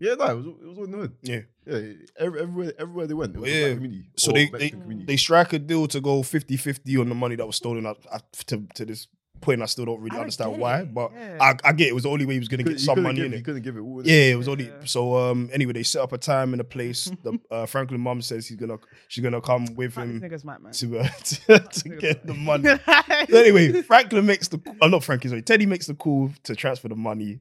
Yeah, no, it was, all- it was all in the hood.
Yeah.
Yeah, every, everywhere, everywhere they went, it was a
Yeah.
black community.
So
or
they-
Mexican community.
They strike a deal to go 50-50 on the money that was stolen. I, I, to, to this point, I still don't really
I don't
understand
get
why,
it.
but
Yeah.
I, I get it was the only way he was gonna
Couldn't-
get
he
some
couldn't
money
give-
in
He
it.
couldn't give it. all, innit?
Yeah, it was only
Yeah.
so. Um, anyway, they set up a time and a place. the uh, Franklin mum says he's gonna she's gonna come with
Fuck,
him
This nigga's mad, man.
to uh, to, to get the money. So anyway, Franklin makes the oh, not Frankie, sorry, Teddy makes the call to transfer the money.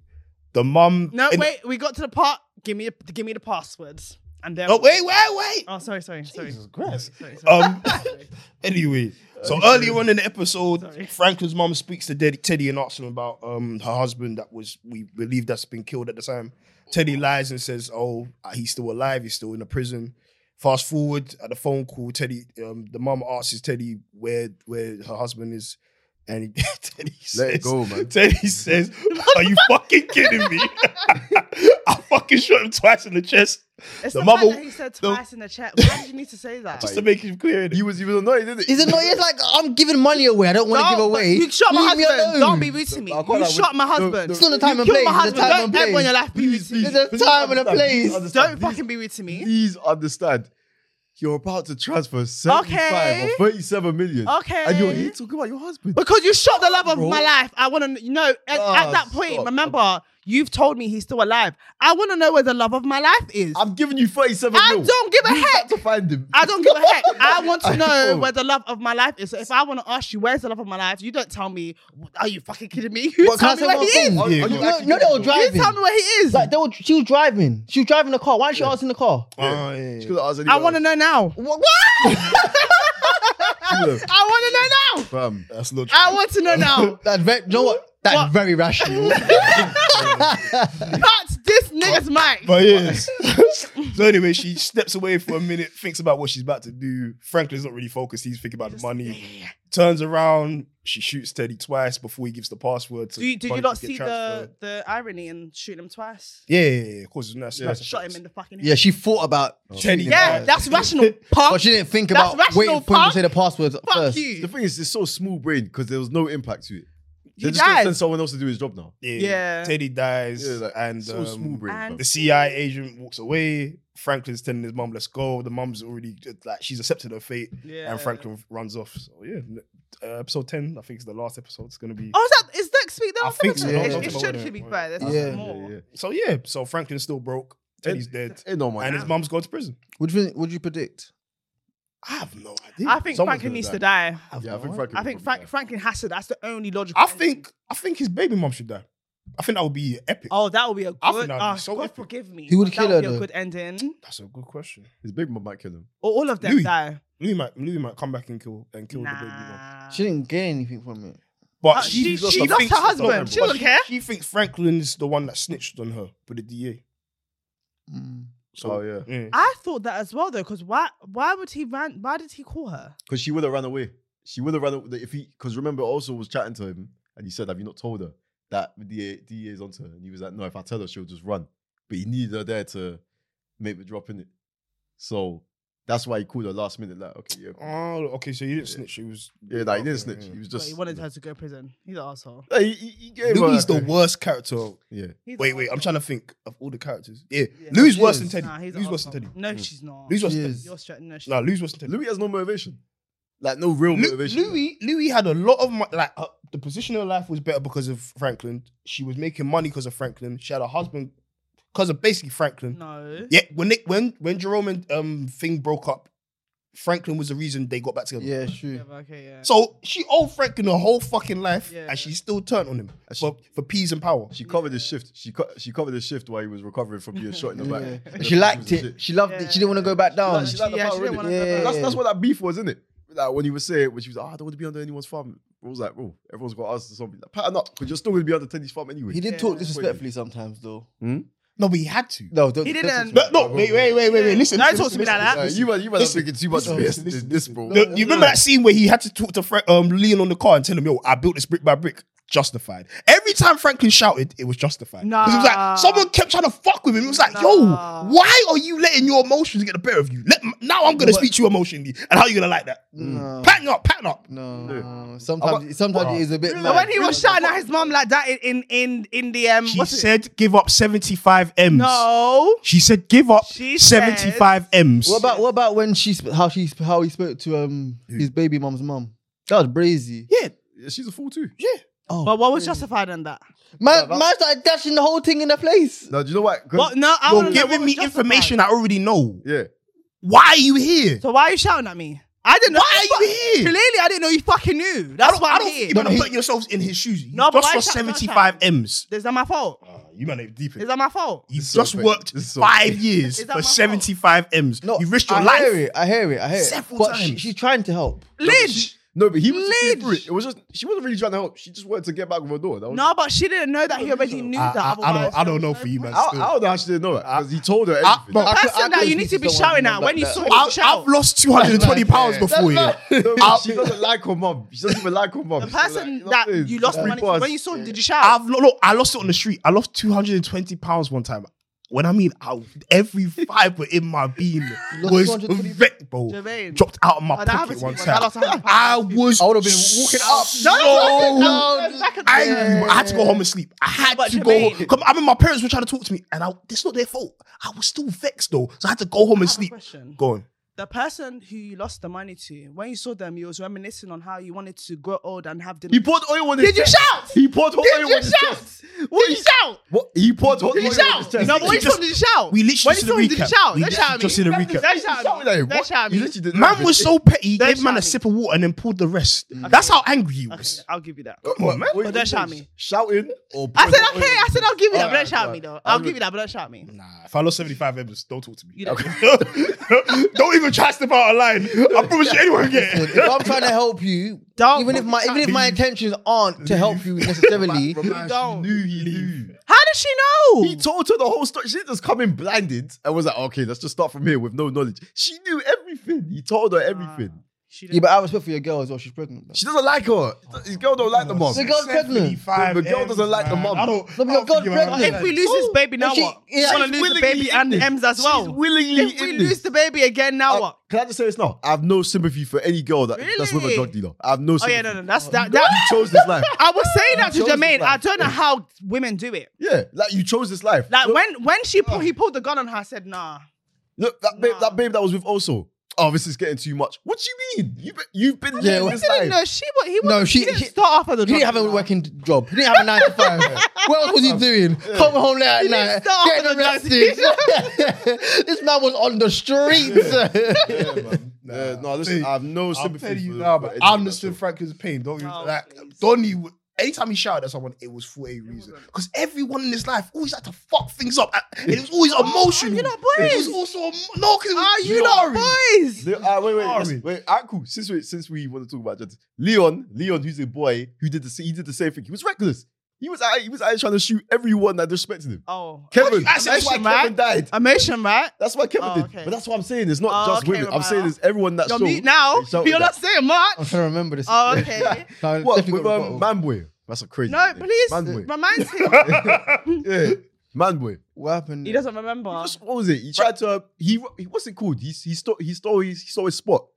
The mum
no,
in-
wait. We got to the part. Give me, the- give me the passwords, and then.
Oh wait, wait, wait.
Oh, sorry, sorry, sorry.
Jesus Christ.
Sorry, sorry,
Um
sorry. Uh,
anyway, so earlier on in the episode,
Sorry.
Franklin's mom speaks to Teddy, Teddy and asks him about um her husband that was we believe uh, that's been killed at the time. Teddy lies and says, "Oh, he's still alive. He's still in the prison." Fast forward at the phone call, Teddy, um, the mum asks his Teddy where where her husband is, and he, Teddy says,
Let it go, man.
Teddy says, "Are you fucking kidding me? I fucking shot him twice in the chest
It's
The
the,
mother-
fact that he said
the-
twice in the chat. Why did you need to say that?
just to make him clear." innit?
He was even annoyed, didn't he?
Is it not? It's like I'm giving money away. I don't want to
No,
give
but
away.
You shot my
Leave me
husband.
alone.
Don't be rude to me.
I can't
You
like-
shot my husband.
It's not the time
You
and place.
killed my
It's
husband.
the time and
Don't ever in your
place.
life be rude to me.
There's a time and a place.
Don't fucking be rude to me.
Please understand. You're about to transfer 75
Okay.
or 37 million.
Okay.
And you're here talking about your husband.
Because you shot the love of
Bro.
my life. I want to you know. At,
Ah,
at that point,
stop.
remember, you've told me he's still alive. I want to know where the love of my life is.
I'm giving you 37
I
mil.
don't give a
You had
heck.
to find him.
I don't give a heck. I want
I
to know
know.
where the love of my life is. So if I want to ask you where's the love of my life, you don't tell me. Are you fucking kidding me? You
But can I
tell me where
say
he
one thing?
is.
Are- are
Yeah,
you
but-
No,
actually
no, they
giving
were
him?
You
driving.
tell me where he is.
Like they were, she was driving. She was driving the car. Why didn't she ask in the car?
Oh,
She
yeah.
could've asked
I
anyone
want to
else.
know now.
What?
She could've-
I want to know now.
Fam.
That's not.
I want to know now.
That's very. You know what? That's
Oh. What?
very rational.
Cut this nigga's mic.
But yes. so anyway, she steps away for a minute, thinks about what she's about to do. Franklin's not really focused. He's thinking about the money. Turns around, she shoots Teddy twice before he gives the password. To
Do you, did you
Bunny
not
to get
see the,
transferred.
the irony and shoot him twice?
Yeah, yeah, yeah, of course. It's nice,
Yeah.
nice
Shot him in the fucking head.
yeah, she thought about.
Oh.
Teddy.
Yeah,
Yeah.
that's rational. Punk.
But she didn't think
That's
about
rational,
waiting for him to
punk.
say the passwords
Fuck
first.
The
you.
thing is, it's so smooth brain because there was no impact to it. They're
He
just going to send
died.
someone else to do his job now.
Yeah.
Yeah.
Teddy dies,
Yeah, like,
and
so
um,
smooth brain.
and-
fam.
the CI agent walks away. Franklin's telling his mum, "Let's go." The mum's already like she's accepted her fate,
Yeah.
and Franklin runs off. So yeah, uh, episode ten, I think, is the last episode. It's gonna be.
Oh, is that is next week? That
I
was
think
Thursday?
so.
It-
Yeah.
It, should, should be fair. There's
Yeah.
yeah. more.
Yeah,
So yeah, so Franklin's still broke. Teddy's dead,
yeah. Ain't no man.
and his mum's gone to prison.
Would you would you predict?
I have no idea.
I think
Someone's
Franklin
gonna
needs
die.
to die.
Yeah, I think
Frank.
Franklin.
I think
would
Frank,
probably
Franklin has to. That's the only logical.
I
ending.
think I think his baby mum should die. I think that would be epic.
Oh, that would be a
I think
good.
that would
Oh,
be so
God
epic.
forgive me.
He would
but
kill
that would be
her, though.
a good ending.
That's a good question.
die. His big mum might kill him.
Or all of them
Louis.
die.
Louis might Louis might come back and kill and kill the baby mum.
Nah.
She didn't gain anything from it.
But
Uh,
she,
she-
just
she
thinks
lost her
she's
husband.
done it,
She
but
don't care.
She thinks Franklin's the one that snitched on her with the DA.
Mm.
So
oh, yeah.
yeah.
I thought that as well though, because why? Why would he ran? Why did he call her?
Because she would have run away. She would have run away. If he, because remember, also was chatting to him and he said, Have you not told her that the DA, DA is onto her? And he was like, No, if I tell her, she'll just run. But he needed her there to make the drop in it. So that's why he called her last minute, like, Okay, yeah.
Oh, okay. So you didn't
Yeah.
snitch. She was.
Yeah, like, he
Okay,
didn't snitch.
yeah.
He was
But
just.
he wanted her to go to prison. He's an asshole.
Like, he, he he gave her
Louis
like
the
a-
worst character.
Yeah.
He's
Wait,
an
wait. I'm
arsehole.
trying to think of all the characters. Yeah,
Yeah.
Louis is
She
worse than
is.
Teddy.
Nah, he's an
Louis worse than
arsehole.
Teddy.
No, she's not.
Louis worse
She
than
is.
Teddy.
You're straight. No, she's
No, Louis worse than Teddy.
Louis has no motivation. Like, no real
Lu-
motivation.
Louis, Louis had a lot of money. Like uh, the position in her life was better because of Franklin. She was making money because of Franklin. She had a husband because of basically Franklin.
No.
Yeah, when they, when when Jerome and um thing broke up, Franklin was the reason they got back together.
Yeah, sure.
Yeah, but okay, yeah.
So she owed Franklin her whole fucking life,
Yeah.
and she still turned on him
And she-
for, for peas and power.
She covered his shift. She co- she covered his shift while he was recovering from being shot in the
Yeah.
back.
She liked it.
She
She loved it. She didn't want to go back down.
liked- she liked the
Yeah,
power,
she didn't
innit?
wanna
go back.
That's that's what that beef was, isn't it? Like when he was saying, when she was like, "Oh, I don't want to be under anyone's farm. I was like, bro, everyone's got us or something. Like, pattern up, because you're still gonna be under Teddy's farm anyway.
He did
Yeah.
talk disrespectfully sometimes, though.
No, but he had to.
No, don't,
He
don't
didn't.
No, no, wait, wait, wait, wait, wait. Listen,
Don't
listen,
talk to me
listen,
like that.
Like,
listen,
you man, you man, are
listen.
thinking too much
Listen,
of this,
listen, listen,
this, bro.
The- you remember that scene where he had to talk to Frank, um, Leon on the car and tell him, "Yo, I built this brick by brick." Justified. Every time Franklin shouted, it was justified. 'Cause it was
Nah.
like someone kept trying to fuck with him. It was like,
Nah.
"Yo, why are you letting your emotions get the better of you? Let, now I'm gonna
But-
speak to you emotionally, and how you gonna like that?
No,
Pattern up, pattern up."
no. Sometimes, sometimes it is a bit.
But
Mad.
when he was shouting at his mum like that in in in, in the um,
She
what's it?
said, "Give up 75 m's."
no.
She said, "Give up
She
75 m's."
What about what about when she sp- how she sp- how he spoke to um his baby mum's mum? That was brazy.
yeah,
Yeah, she's a fool too.
Oh,
But what was justified in that?
man, man started dashing the whole thing in the place.
Now, do you know what? 'Cause-
What? No, I
you're
wanna know what
giving
was
me
justified.
information I already know.
Yeah,
Why are you here?
So why are you shouting at me? I didn't know.
Why are you
fuck-
here?
Clearly, I didn't know you fucking knew. That's why
I
I'm
don't
here.
think you better put yourselves in his shoes. You
No, but
just
why
for
shout-
seventy
shout
five
out?
m's.
Is that my fault?
Uh, you man, have deep
Is that my fault?
You
This is so
just
fake.
worked
This is so
five
fake.
years
Is that
for
my fault?
seventy five m's.
No,
you risked your
I
life.
hear it. I hear it. I hear it.
Several
but she,
times.
she's trying to help.
Lidge.
No, but he was just seeing through
Lidge.
it. It was just she wasn't really trying to help. She just wanted to get back with her door. That was
No, but she didn't know that he already
I-
knew
I,
that.
I- I
otherwise
don't, I
there
don't
was
know
no
for you, man.
point.
I, I
still.
don't know how she didn't know that
Ah.
because he told her
I-
everything.
but-
The
I could- I
person that
could
you need to
speak
be
to someone
shouting at
like
when you
that.
saw
I've-
him
I've,
shout.
I've lost 220 pounds
Yeah.
before you.
No,
I-
she doesn't like her mum. She doesn't even like her mum.
Ah. The
She's like,
person
know
that
what it is?
you lost
That's
money
what it
for,
was.
when you saw him, did you shout?
I've look, look, I lost it on the street. I lost 220 pounds one time. When I mean I, every fiber in my being
lost
was
220
wrecked, bro.
Jermaine.
Dropped out of my
Oh, that happened
pocket
to
one
me once. I
time.
lost 100
I
pounds.
was
I would have been walking up.
So angry. I had to go home and sleep. I had
But
to go home.
Jermaine-
Come- I mean, my parents were trying to talk to me, and I, it's not their fault. I was still vexed though, so I had to go home and sleep.
Question.
Go on.
The person who you lost the money to, when you saw them, you was reminiscing on how you wanted to grow old and have dinner.
He poured oil on his
Did you
chest.
shout?
He poured hot oil on his chest.
What did you shout?
What? He poured hot oil
Did
on
you
his
shout?
chest.
No, but when you saw
Just-
him, did you shout?
We literally
When you
just
saw
did
him,
a
did you
recap.
shout?
We
Don't shout
literally
at me.
just did a
Don't
recap.
shout at
Like,
me.
what?
Don't shout at
You
me.
literally did
Man
everything.
was so petty. He
Don't
gave man a
shout at me.
sip of water and then poured the rest. That's how angry he
Okay,
was.
I'll give you that.
Come on, man. What
But
did you
don't shout
say?
at me.
Shouting or
I
pouring
said
hot oil
okay.
on
I
his
said I'll give you that, but
Alright,
don't shout at me
alright.
though.
I'll
I'll
give
give you that, but don't shout at me.
Nah, if I lost 75 members, don't talk to me.
You don't-
don't even try to step out of line. I promise you, anyone can get
If I'm
it.
trying to help you,
Don't
even if my even if my intentions aren't to help you necessarily,
Raman, she
Don't.
knew he knew.
How did she know?
He told her the whole story. She didn't just come in blinded and was like, okay, let's just start from here with no knowledge. She knew everything. He told her everything.
She
yeah, but I respect for your girl as well. She's pregnant. bro.
She doesn't like her. His girl don't like the mom.
The girl's pregnant.
75
The- the girl doesn't like the
M's, man.
mum.
I don't.
No, but
I don't
the girl's
think you're
pregnant.
if we lose this baby now,
She-
what?
yeah,
We're gonna
she's
lose the
willingly
baby
in
and
this.
M's as well.
She's willingly
if we
in
lose
this.
the baby again, now
I-
what?
Can I just say this now? I have no sympathy for any girl that that's with a
Really?
drug dealer. I have no
Oh
sympathy.
yeah, no, no, that's that. that
You chose this life.
I was saying that to
Chose this
Jermaine.
life.
I don't know how women do it.
Yeah, like you chose this life.
Like
Look,
when when she pulled, he pulled the gun on her. I said, "Nah,
look, that babe,
Nah.
that babe that was with also. Oh, this is getting too much. What do you mean? You be, you've been
Yeah,
living
well-
he
this
didn't
life.
know she was. He was
No, she-
didn't
she-
start off as a.
He didn't have a working job. He didn't have a nine to five. what else was he doing? Coming home late at night,
start with
getting
a
arrested. this man was on the streets.
Nah, no, listen, I have no
I'm
sympathy.
telling you
for-
now,
for
but
any
I
of that
understood
stuff.
Franklin's pain. Don't you?
Oh,
like
please.
Donnie. w- Anytime he shouted at someone, it was for a reason. Because everyone in his life always had to fuck things up, and it was always emotional.
you not
It
boys?
was also emo- no, because
Are you not boys?
Le- ah, wait, wait,
Sorry.
listen, wait. Ah, cool. Since we since we want to talk about Jets, Leon, Leon, who's a boy who did the sa- he did the same thing. He was reckless. He was out- he was out trying to shoot everyone that disrespected him.
Oh,
Kevin,
I
that's
said
why
shit, man.
Kevin died.
emotion, right?
That's why Kevin
Oh,
did.
okay.
But that's what I'm saying. It's not
Oh,
just
okay,
women. I'm
Ramana.
saying it's everyone that
You're
showed.
mute now.
they shouted
You're not
that.
saying
I'm
much.
trying to remember this.
Oh, okay.
No, I
What
definitely
with
got a
um,
bottle.
Manboy? That's a crazy.
No,
name.
please
Manboy.
remind him.
yeah, Manboy.
What happened?
He doesn't remember.
Just- What was it? He tried to. uh, He he- what's it called? He he stole he stole his, he stole his spot.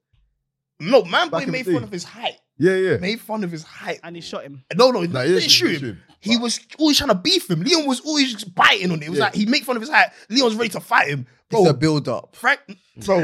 No, man,
Back
boy
in
made
the
fun
day.
of his height.
Yeah, yeah.
Made fun of his height.
And he shot him.
No, no, he
Nah,
didn't
yeah,
shoot him. He was always trying to beef him. Leon was always just biting on it. It was
Yeah.
like he made fun of his height. Leon's ready to fight him.
It's
Bro,
a build up.
Frank, bro,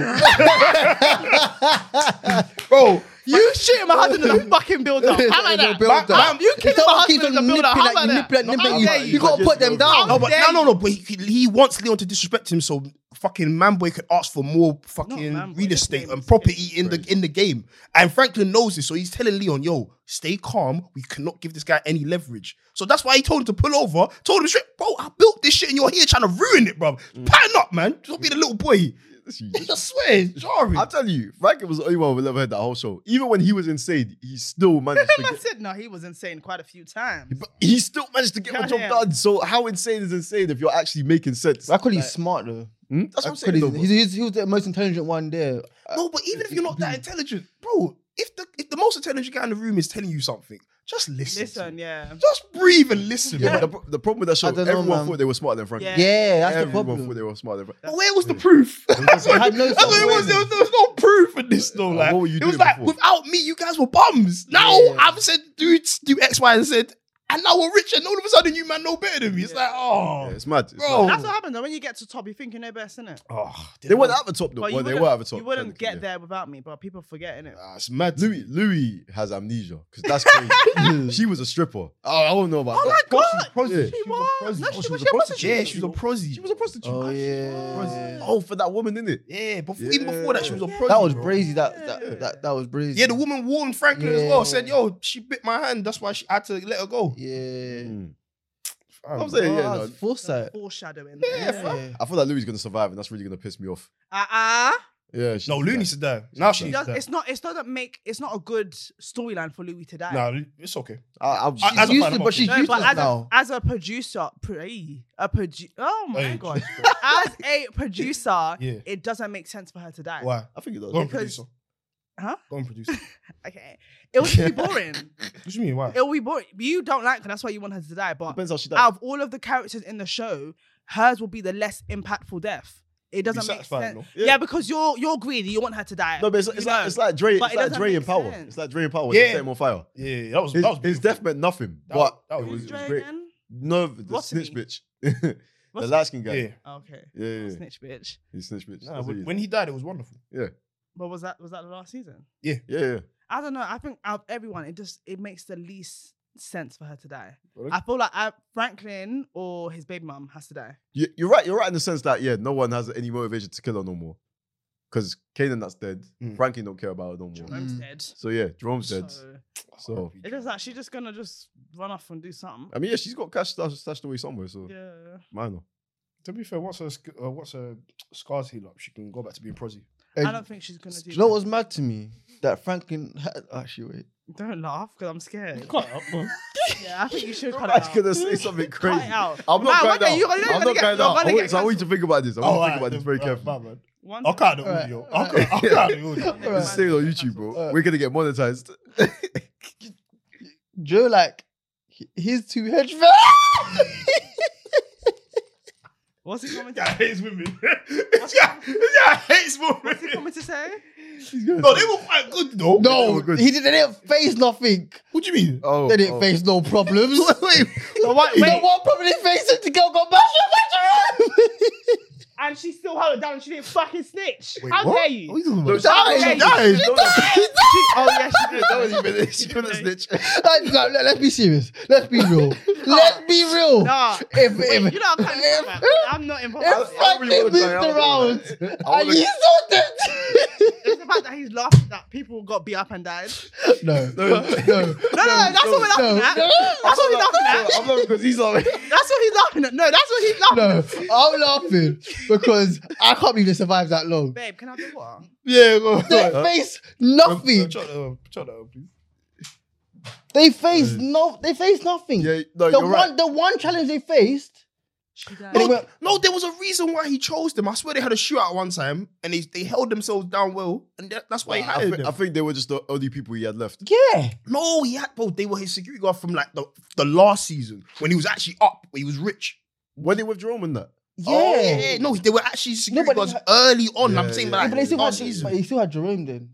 bro,
You shooting my husband in the fucking build up. How about that?
Build up.
Ma'am, you killing
Someone
my
keeps
husband
on
in the build up. How
nipping at you,
about that?
nipping at- nipping
How
at you.
dare
you.
You gotta
Just
put them
build
down.
up.
No, but
dare
no, no,
you.
no. But he, he wants Leon to disrespect him, so fucking Manboy could ask for more fucking
Manboy,
real
his
estate
name
and
is-
property in the in the game. And Franklin knows this, so he's telling Leon, "Yo, stay calm. We cannot give this guy any leverage." So that's why he told him to pull over. Told him straight, "Bro, I built this shit, and you're here trying to ruin it, bro. Pattern up, man. Don't be the little boy." I swear, it's jarring.
I'm telling you, Frank was the only one who ever heard that whole show. Even when he was insane, he still managed to
I
get,
said no. He was insane quite a few times.
but he still managed to get the
Yeah,
job
yeah.
done. So how insane is insane if you're actually making sense?
I call you
Like,
smart though.
hmm? That's what I'm
I
saying.
call
though,
you- he's, he's, he was the most intelligent one there.
No, but even if you're not that intelligent, bro, if the if the most intelligent guy in the room is telling you something, just listen. to
Listen,
it.
yeah.
Just breathe and listen.
yeah, but
bro.
the, pro- the problem with that show,
I don't know,
everyone
man.
thought they were smarter than Frank.
Yeah.
Yeah, that's the
everyone
problem.
thought they were smarter than Frank.
But where was the proof? That's
I had no
what it was. There was, there was no proof in this, though.
Uh,
Like,
what were you
it was
doing
like
before?
without me, you guys were bums. Now
Yeah.
I've said, dudes, do X, Y, and Z, and now we're rich, and all of a sudden you man know better than me. It's
Yeah.
like, oh,
Yeah, it's mad. It's
Bro.
mad.
That's what happens though. When you get to top, you think you know best, innit?
Oh,
They weren't at the top though.
But you
Well, they
wouldn't-
were at the top.
You wouldn't
technically,
get
yeah.
there without me, but people forget, innit?
Ah, it's mad.
Louis Louis has amnesia because that's crazy. she was a stripper. Oh, I don't know about
Oh
that.
my god!
prostitute. Oh,
She was. No, she
a
was. She was.
prostitute.
Yeah, she was a prosy.
She was a prostitute.
Oh yeah,
Oh, for that woman, innit?
Yeah, before, even before that, she was a
Yeah.
prosy.
that was
bro.
brazy. That that, that that was brazy.
Yeah, the woman warned Franklin as well.
Yeah.
Said, "Yo, she bit my hand. That's why she had to let her go."
Yeah,
Mm.
Hmm. Fam,
I'm saying, yeah,
Oh,
no.
that's foresight.
Foreshadowing.
Yeah,
Yeah.
fam.
Yeah.
I feel like Louis is gonna survive, and that's really gonna piss me off.
Uh uh.
Yeah. she
No,
did
Looney
that.
needs to die. Now
It
she's
does,
dead.
it's not. It's not a make. It's not a good storyline for Louis to die.
No, it's okay.
I, I'm
I-
just,
as
She's
a
used
fan,
to,
I'm
but
okay.
she's
No,
useless
but as a,
now.
as a producer, pre, a produ- Oh my
Hey.
god! as a producer,
Yeah.
it doesn't make sense for her to die.
Why?
I think it does.
Go on,
Because-
producer.
Huh?
Go on, producer.
Okay, it would be boring.
What do you mean? Why?
it will be boring. You don't like her. That's why you want her to die. But
Depends how she died.
Ah,
out of all of the characters in the show, hers will be the less impactful death. It doesn't make sense.
satisfying, no?
Yeah.
Yeah.
because you're you're greedy. You want her to die.
No, but it's,
You
it's, like,
know.
it's like Dre.
But
It's
it
like
doesn't
Dre in
make
Power.
sense.
It's like Dre in Power.
Yeah.
Yeah. Set him on fire.
Yeah, yeah, that was
His,
that was
his
beautiful.
death meant nothing,
That was-
but
that was
it was, it
Who's
was
Dre
great.
again?
No, the
Rossini.
snitch bitch. the
Rossini.
last guy. Yeah,
Yeah.
Okay,
yeah, yeah.
snitch bitch.
He's snitch bitch.
Nah,
That's what
when,
he is.
when he died, it was wonderful.
But was that was that the last season?
yeah, yeah.
I don't know. I think out of everyone, it just it makes the least sense for her to die.
Well,
I feel like I, Franklin or his baby mom has to die.
You, you're right. You're right in the sense that yeah, no one has any motivation to kill her no more, because Kanan that's dead.
Mm.
Frankie don't care about her no more.
Jerome's
Mm.
dead.
So yeah, Jerome's dead.
So,
So
it's just like she's just gonna just run off and do something.
I mean, yeah, she's got cash stashed, stashed away somewhere. So
Yeah.
minor.
To be fair, once her sc- uh, once her scars heal up, she can go back to being prosy.
I
And
don't think she's gonna do.
Do you know
that.
what's mad to me? That Franklin had, actually wait.
Don't laugh because I'm scared.
Can't
yeah, I think you should cut
I was
it out.
gonna say something crazy.
Cut it out.
I'm
Man,
not
one
going
day
out.
you- you're
I'm
gonna
not
get-
going
you're
out. I
gonna
want,
get
so I want you to think about this. I want you to think about this very carefully.
man.
One
I'll
day-
cut the
Alright,
audio. I'll
alright.
cut I'll cut the audio.
One day
Alright.
Just
man
stay on
gets
YouTube,
cancelled.
bro.
Uh,
We're gonna get monetized.
Joe, like h- his two henchmen.
What's he coming to?
This guy hates women.
What's
this,
he
guy,
coming-
this guy hates
What's he
women.
coming to say?
No, they were quite good though.
no,
good.
he didn't, they didn't face nothing.
What do you mean?
oh,
they didn't
oh.
face no problems. wait,
So what-
you know
wait.
what problem they faced? The girl got bashed up by Jerome.
And she still held it down and she didn't fucking snitch.
Wait,
How
what?
dare you?
you talking
No,
That
Oh,
was-
she
that
died. No, no,
She- oh yeah, she did.
That wasn't even it. She couldn't snitch.
Like, no, let, us be serious. Let's be real. Let's be real.
Nah.
If,
Wait,
if,
you know I'm kind
if-
of I'm not involved.
if
I
Franklin
really wanna
moved
die out
around
of I
and
wanna-
you saw that.
It's the fact that he's laughing that people got beat up and died.
no,
No,
no, no.
No, no, no, that's what we're laughing
no,
at.
no.
That's what he's laughing at.
I'm not because he's like.
That's what he's laughing at. No, that's what he's laughing at.
No, I'm laughing because I can't believe they survived that long.
Babe, can I do what?
Yeah, they face nothing.
Shut that up. Shut that up, please.
They face no. They face nothing.
Mm. Yeah, no,
the
you're
one,
right.
the one challenge they faced.
She died.
And it went-
No, there was a reason why he chose them. I swear they had a shootout one time and they, they held themselves down well, and that, that's why he
I
hired
think,
them.
I think they were just the only people he had left.
yeah,
no, he had both. They were his security guard from like the, the last season when he was actually up, when he was rich.
Were they with Jerome and that?
yeah.
Oh, yeah, no, they were actually security
but
guards
they had-
early on. I'm
Yeah,
saying,
yeah,
but
Yeah,
like,
but, they still
last
had, but
season.
he still had Jerome then.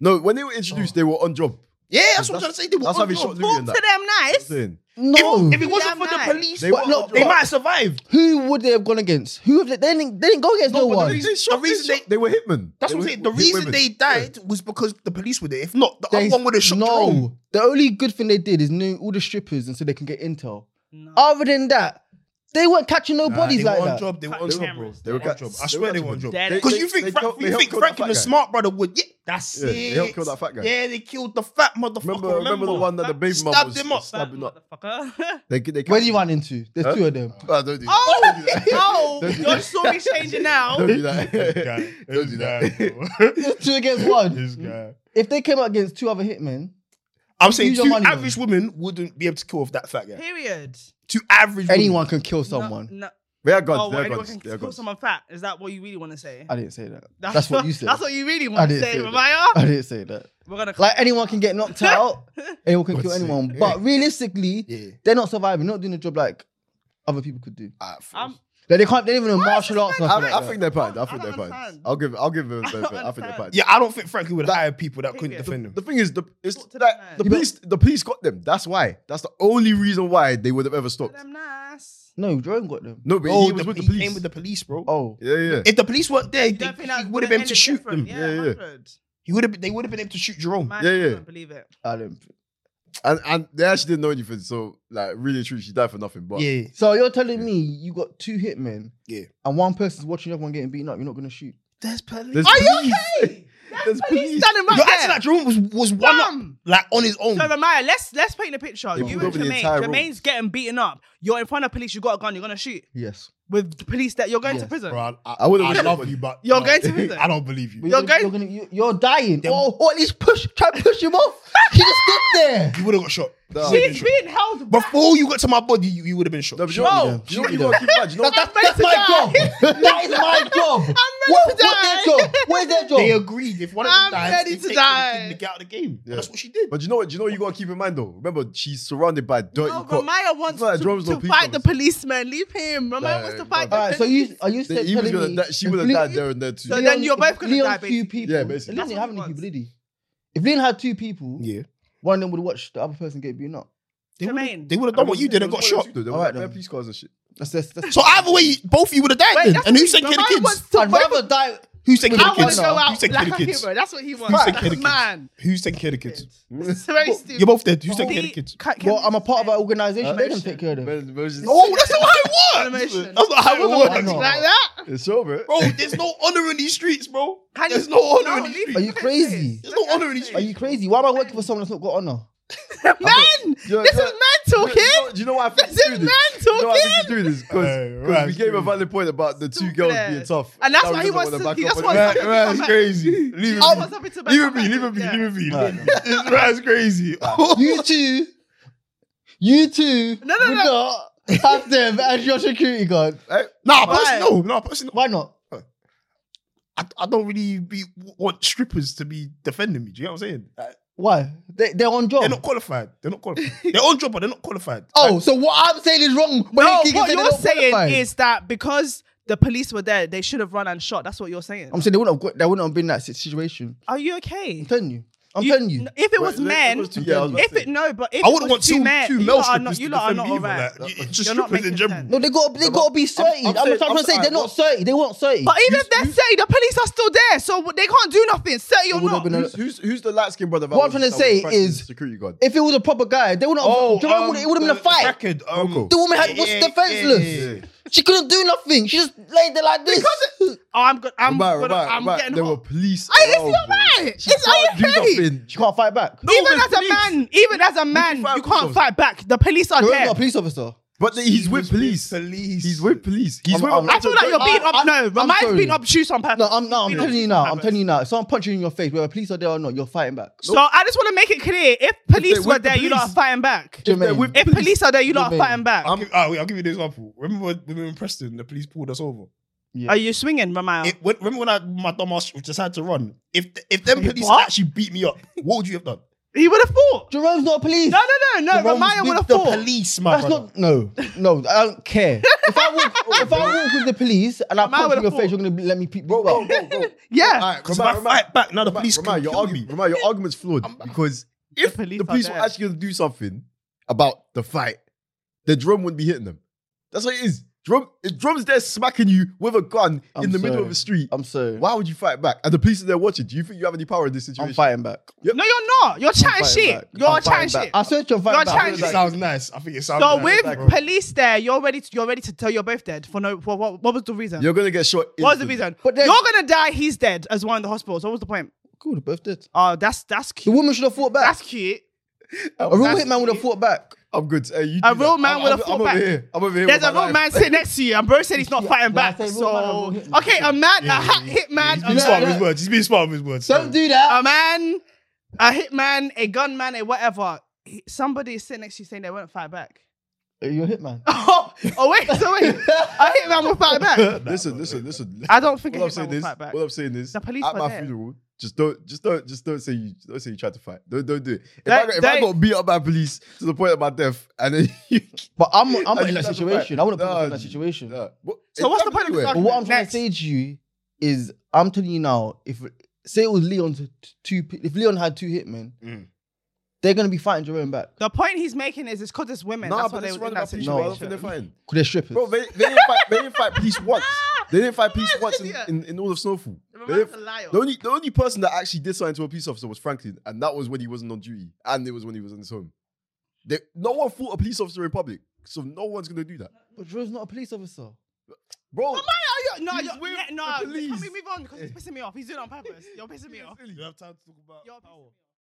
No, when they were introduced, they were on job.
Yeah, that's what I'm trying to say. They were
That's how
on
they
top.
shot Louis
Talk
and
to
that.
them
I'm
nice.
saying.
No,
If, if it wasn't
Damn
for the
right.
police,
They
but
were
no,
on
they
top.
might have survived.
who would they have gone against? Who have they? They didn't. They didn't go against no,
No, but
one.
the
They shot-
The reason
they,
they-
shot- they were hitmen.
That's what I'm
They
saying.
were
The
hit
reason
women.
they died was because the police were there. If not, the
They-
other one would have shot
no,
Jerome.
the only good thing they did is knew all the strippers, and so they can get intel.
No.
Other than that, they weren't catching no bodies
they were
like
on
that.
job. They were
Cut
on
the
job, bro.
cameras.
They were
They were
cut-
job. I swear they were on job.
Dead.
Because
They-
you think
they
Frank,
killed- they
you
helped
think
kill
Frank
that
and the
fat guy.
smart brother would. Yeah, that's
Yeah,
it.
they helped kill that fat guy.
Yeah, they killed the fat motherfucker.
Remember, remember, the one that the baby mum
Oh, Stabbed
was
him up.
stabbing up.
Motherfucker.
They, they
Where do you run into? There's
Huh?
two of them.
Ah, don't do that.
Oh, oh,
Don't do
your story's changing now.
Don't do that. Don't do that.
There's two against one.
This guy.
If they came out against two other hitmen,
I'm saying
Use your
two
money,
average women wouldn't be able to kill off that fat guy.
Period.
Two average women.
anyone can kill someone.
No, no.
They are guns.
oh,
they are
anyone
guns.
can
They are
kill
guns.
someone fat. Is that what you really want to say?
I didn't say that. That's what you said.
That's what you really
I
want to
didn't
say,
say that.
Ramaya.
I didn't say that.
We're gonna
Like anyone can get knocked out, anyone can kill
God's sake.
anyone. But realistically,
Yeah.
they're not surviving, not doing a job like other people could do.
Alright,
I'm,
Like they can't. They don't even know
Why is
martial
this
arts.
man
Nothing
I,
like
I
that.
think they're fine. I think
I
they're
don't
fine.
understand.
I'll give. I'll give them.
I
I,
don't
I think they're fine.
understand.
yeah, I don't think Frankie would hire people that couldn't
Period.
defend him.
The thing is, the it's
Talk to them
that
nice.
the
Yeah,
but-
police. The police got them. That's why. That's the only reason why they would have ever stopped.
them nice.
No, Jerome got them.
No, but
No,
he was with the
he
police.
came with Oh, the police, bro.
Oh,
yeah, yeah.
If the police weren't there,
You
they,
don't think that
he would have been able to shoot them.
Yeah,
Yeah, yeah.
100.
He would have. They would have been able to shoot Jerome.
Man,
Yeah,
I
yeah.
don't believe it.
I don't.
And and they actually didn't know anything. So like, really, true. She died for nothing. But
yeah,
So you're telling me you got two hitmen,
Yeah.
and one person's watching the other one getting beaten up. You're not gonna shoot.
there's police.
There's Are you
Hey,
There's police.
standing right
Your
there.
action that Jerome was was one up,
Bam!
like on his own.
So Ramaya, let's let's paint the picture.
They
you
pulled
and
over the
Jermaine.
entire room.
Jermaine's getting beaten up. You're in front of police. You got a gun. You're gonna shoot
Yes.
with the police. That you're going to
Yes.
prison.
Bro, I,
I would've
I
really-
love you, but
You're
no,
going to prison.
I don't believe you.
But
You're
you're,
going-
you're, gonna, you you're dying.
Then-
Or, or at least push, try to push him off. He just stood there.
You would have got shot.
Nah.
She's being held back.
Before you got to my body, you, you would have been shot.
No, but you know,
Bro,
you know what
Oh, shoot
you gotta keep in mind?
them.
You know,
That's,
I'm
that's
ready
my
to
job. that is my job.
ready
what,
to
what's
die.
their job? What is their job?
They agreed if one of
I'm
them dies,
ready
they
to
take the
die.
kid to get out of the game.
Yeah.
That's what she did.
but you know what? You know what you gotta keep in mind though. Remember, she's surrounded by dirty
No,
cops.
Ramaya Oh, wants
It's not like
to,
drums
to
or
fight the
people.
policeman. Leave him. Ramaya
Nah,
wants to
it's not
fight the
All
that.
right, so
police.
you are you
They-
still
He was
telling
gonna
me
die- she would have
if
died
Leon-
there and there too.
So then you're both
if
gonna
Leon
die,
had Two
basically.
people.
Yeah, basically.
Leon didn't
That's
have
what
any
he
people,
wants.
did he? If Leon had two people,
Yeah.
one of them would watch the other person get beaten up.
They would've-
Jermaine.
They would have done what you did and got shot.
There
Alright,
were
then.
police cars and shit.
That's that's. that's
So either way, both of you would have died
Wait,
then.
that's
And who
what
said
he-
kill the
Ramaya
kids?
wants to
I'd
fight
rather die.
Who said
I
kill the
want to
kids?
go
Who
out
said kill
like
the
a
kids?
hero. That's what he
Who's
wants.
taking the kids?
Man,
Who said kill the kids?
it's very stupid.
You're both dead. Who said kill the
Be-
kids?
cut-
Well, I'm a part of an organisation. They can
Emotion.
take care of them.
Man, man, just-
No, that's not how it works.
Animation.
That's not how
Why
it
not?
works.
like that.
It's over.
Bro, there's no honor in these streets, bro.
Can you-
There's no honor in
No,
these
leave
streets.
Are you
Look at
crazy?
this.
There's no
Look at
honor in
this.
these
Are you crazy? Why am I working for someone that's not got honor?
Man,
Yeah,
this
yeah.
is man talking.
Do you know why I think
This
she's
is
doing
man
this? You know why I
talking.
think she's doing this?
Hey,
Because
right,
we gave a
stupid.
valid point about the two
Stupid
girls
ass.
being tough.
And that's
Now
why
he
he
doesn't
wants
wanna
to.
back
He
up
just
on it.
wants
Right,
something to
right,
come
it's
back.
crazy. Leave
He
it
wants
be.
something to back
Leave
up
it be,
at
leave it be,
Yeah.
leave it be.
Alright.
This ride's crazy.
You two, you two
No, no,
would
no.
not have them as your security guard.
Nah,
Why?
personally, no. Nah, personally,
Why not?
I, I don't really be, want strippers to be defending me. Do you know what I'm saying? Like,
Why? They, they're on job.
They're not qualified. They're not qualified. they're on job, but they're not qualified.
oh, so what I'm saying is wrong. when
No,
Keegan
what
said they're
you're
not
saying
qualified.
is that because the police were there, they should have run and shot. That's what you're saying.
I'm saying they wouldn't have, got, they wouldn't have been in that si- situation.
Are you
I'm
okay?
telling you. I'm telling you.
n- If it was
Wait,
men,
it was two- yeah, I was about
if
to say.
it no, but if
I
it was
wouldn't want
two
two,
men,
two
you
male
lot are
strippers
not, you
to
lot are
defend
not
me either.
alright.
Like,
You're
just
not
strippers
making
in general.
sense.
No, they got they
I'm-
got to be thirty. I'm,
I'm saying-
trying
I'm
to say
saying-
they're not thirty. They weren't thirty.
But even if they're say the police are still there, so w- they can't do nothing. Say or
It would have
not.
been a-
Who's, who's, who's the light skinned brother? that
What I'm
was-
trying
that
to
was
say
Franklin's
is-
security guard.
if it was a proper guy, they wouldn't. Have, do you know what it would- it would have been a
the-
fight.
The, crackhead, um,
Coco.
Oh, um, the woman had, was
yeah,
defenseless.
yeah, yeah, yeah.
She couldn't do nothing. She just laid there like this.
Oh, I'm good. I'm,
Right,
gonna,
right,
I'm
right.
getting
There
hot.
were police.
Hey, it's
around,
not
bro.
right.
She
It's- are
can't
you
do
crazy?
nothing.
she can't fight back. No,
even
but
as a
police.
man, even as a man,
fight
you
police
can't fight back. The police are
there
there.
was not a police officer.
But the- he's with police.
Police.
He's with police. He's
I'm-
with.
I'm-
a
I feel like you're being
I-
up. No,
I'm
Ramaya's
sorry.
being obtuse on purpose.
No, I'm no, I'm
Being
telling
obtuse
you
on
now. I'm
purpose.
telling you now. If someone punches you in your face, whether police are there or not, you're fighting back.
So I just want to make it clear: if police
with
were
the
there, you lot are
police.
fighting back.
Jermaine,
they're with-
If police are there, you lot are
Jermaine.
fighting back.
I'll give, I'll, I'll give you this example. Remember when we were in Preston, the police pulled us over.
Are you swinging, Ramaya?
It, when, remember when I my dumb ass decided to run? If the, if them police
What?
actually beat me up, what would you have done?
He would have fought.
Jerome's not a police.
No, no, no, no.
Jerome was
Ramaya
with
would have
the
fought.
police, my
That's
brother.
not no, no. I don't care. If I walk, if I walk with the police and I
Man
punch you in your
would've
face, you're gonna be- let me peep you
Bro, bro,
up.
bro, bro.
Yeah.
Alright,
Because if
Ramai,
I
Ramai,
fight back, now the
Ramai,
police
Ramai,
can
your
kill
argu-
me.
Ramai, your argument's flawed because if
police
the
are
police were
there.
actually going to do something about the fight, the drum wouldn't be hitting them. That's what it is. Drum, if drum's there smacking you with a gun
I'm
in the middle
sorry.
of the street.
I'm sorry.
why would you fight back? And the police are there watching. Do you think you have any power in this
I'm
situation?
fighting back.
No, you're not. You're chatting
fighting
shit.
back.
You're
I'm
chatting
fighting
shit.
back. I said you're
You're
fighting back.
trying
It
shit.
sounds nice. I think it sounds
So
nice.
with
Like, bro.
police there, you're ready. To, you're ready to tell your both dead for no. For what? What was the reason?
You're going to get shot.
what was the
instantly.
reason?
But then-
you're gonna die. He's dead as one in the hospital. So what was the point?
Cool, they both did.
Oh, that's that's
The
cute.
woman should have fought back.
That's cute.
A real
that's
hitman would have
cute.
fought back.
I'm good. Hey, you
A
do
real
that.
man
I'm-
with a
I'm-
full
I'm
back.
Over here. I'm over here.
There's a
with my life.
real man sitting next to you, and bro said he's not
Yeah,
fighting
like
back.
I say, real man
So
will hit-
okay, a man,
Yeah,
a
yeah,
hit hitman,
yeah. He's
a
been
Yeah,
smart with
yeah.
his words. He's being smart with his words.
Don't do
a
that.
man, a hitman, a gunman, a whatever. He- Somebody is sitting next to you saying they won't fight back.
You're a hitman.
Oh, oh wait, so wait, a hitman will fight back.
Listen, listen, listen.
I don't think a
What I'm
hitman
saying
will
is,
fight back.
what I'm saying is,
The police
at
were
my
there.
funeral, just don't, just don't, just don't say you, don't say you tried to fight. Don't, don't do it. If,
That-
I, got, if
that-
I got beat up by police to the point of my death, and then you,
But I'm, I'm
and
not in
you
that
tried to
situation.
fight.
I wouldn't put
Nah,
myself in that
G,
situation.
nah. What-
So what's the
it's happened
point of this
anyway.
But what I'm trying
Next.
to say to you is, I'm telling you now, if say it was Leon's t- two, pe- if Leon had two hitmen,
Mm.
they're gonna be fighting Jerome back
The point he's making is it's because it's women.
Nah,
That's why
but
they
it's
were
running
in that
about police.
situation.
I don't think they're fighting.
because they're strippers.
Bro, they, they didn't fight. They didn't fight police once. They didn't fight police
Man's
once in,
idiot.
in, in all of Snowfall. They
Remember,
didn't-
that's a liar.
The only the only person that actually did something to a police officer was Franklin, and that was when he wasn't on duty, and it was when he was in his home. They, no one fought a police officer in public, so no one's gonna do that.
but Jerome's not a police officer.
Bro,
you no,
He's
you're,
with
yeah, no,
the
can we
police.
move on? Because he's pissing me off. He's doing it on purpose. You're pissing me off.
You have time to talk about
You're pissing
Oh.
me
power.
off.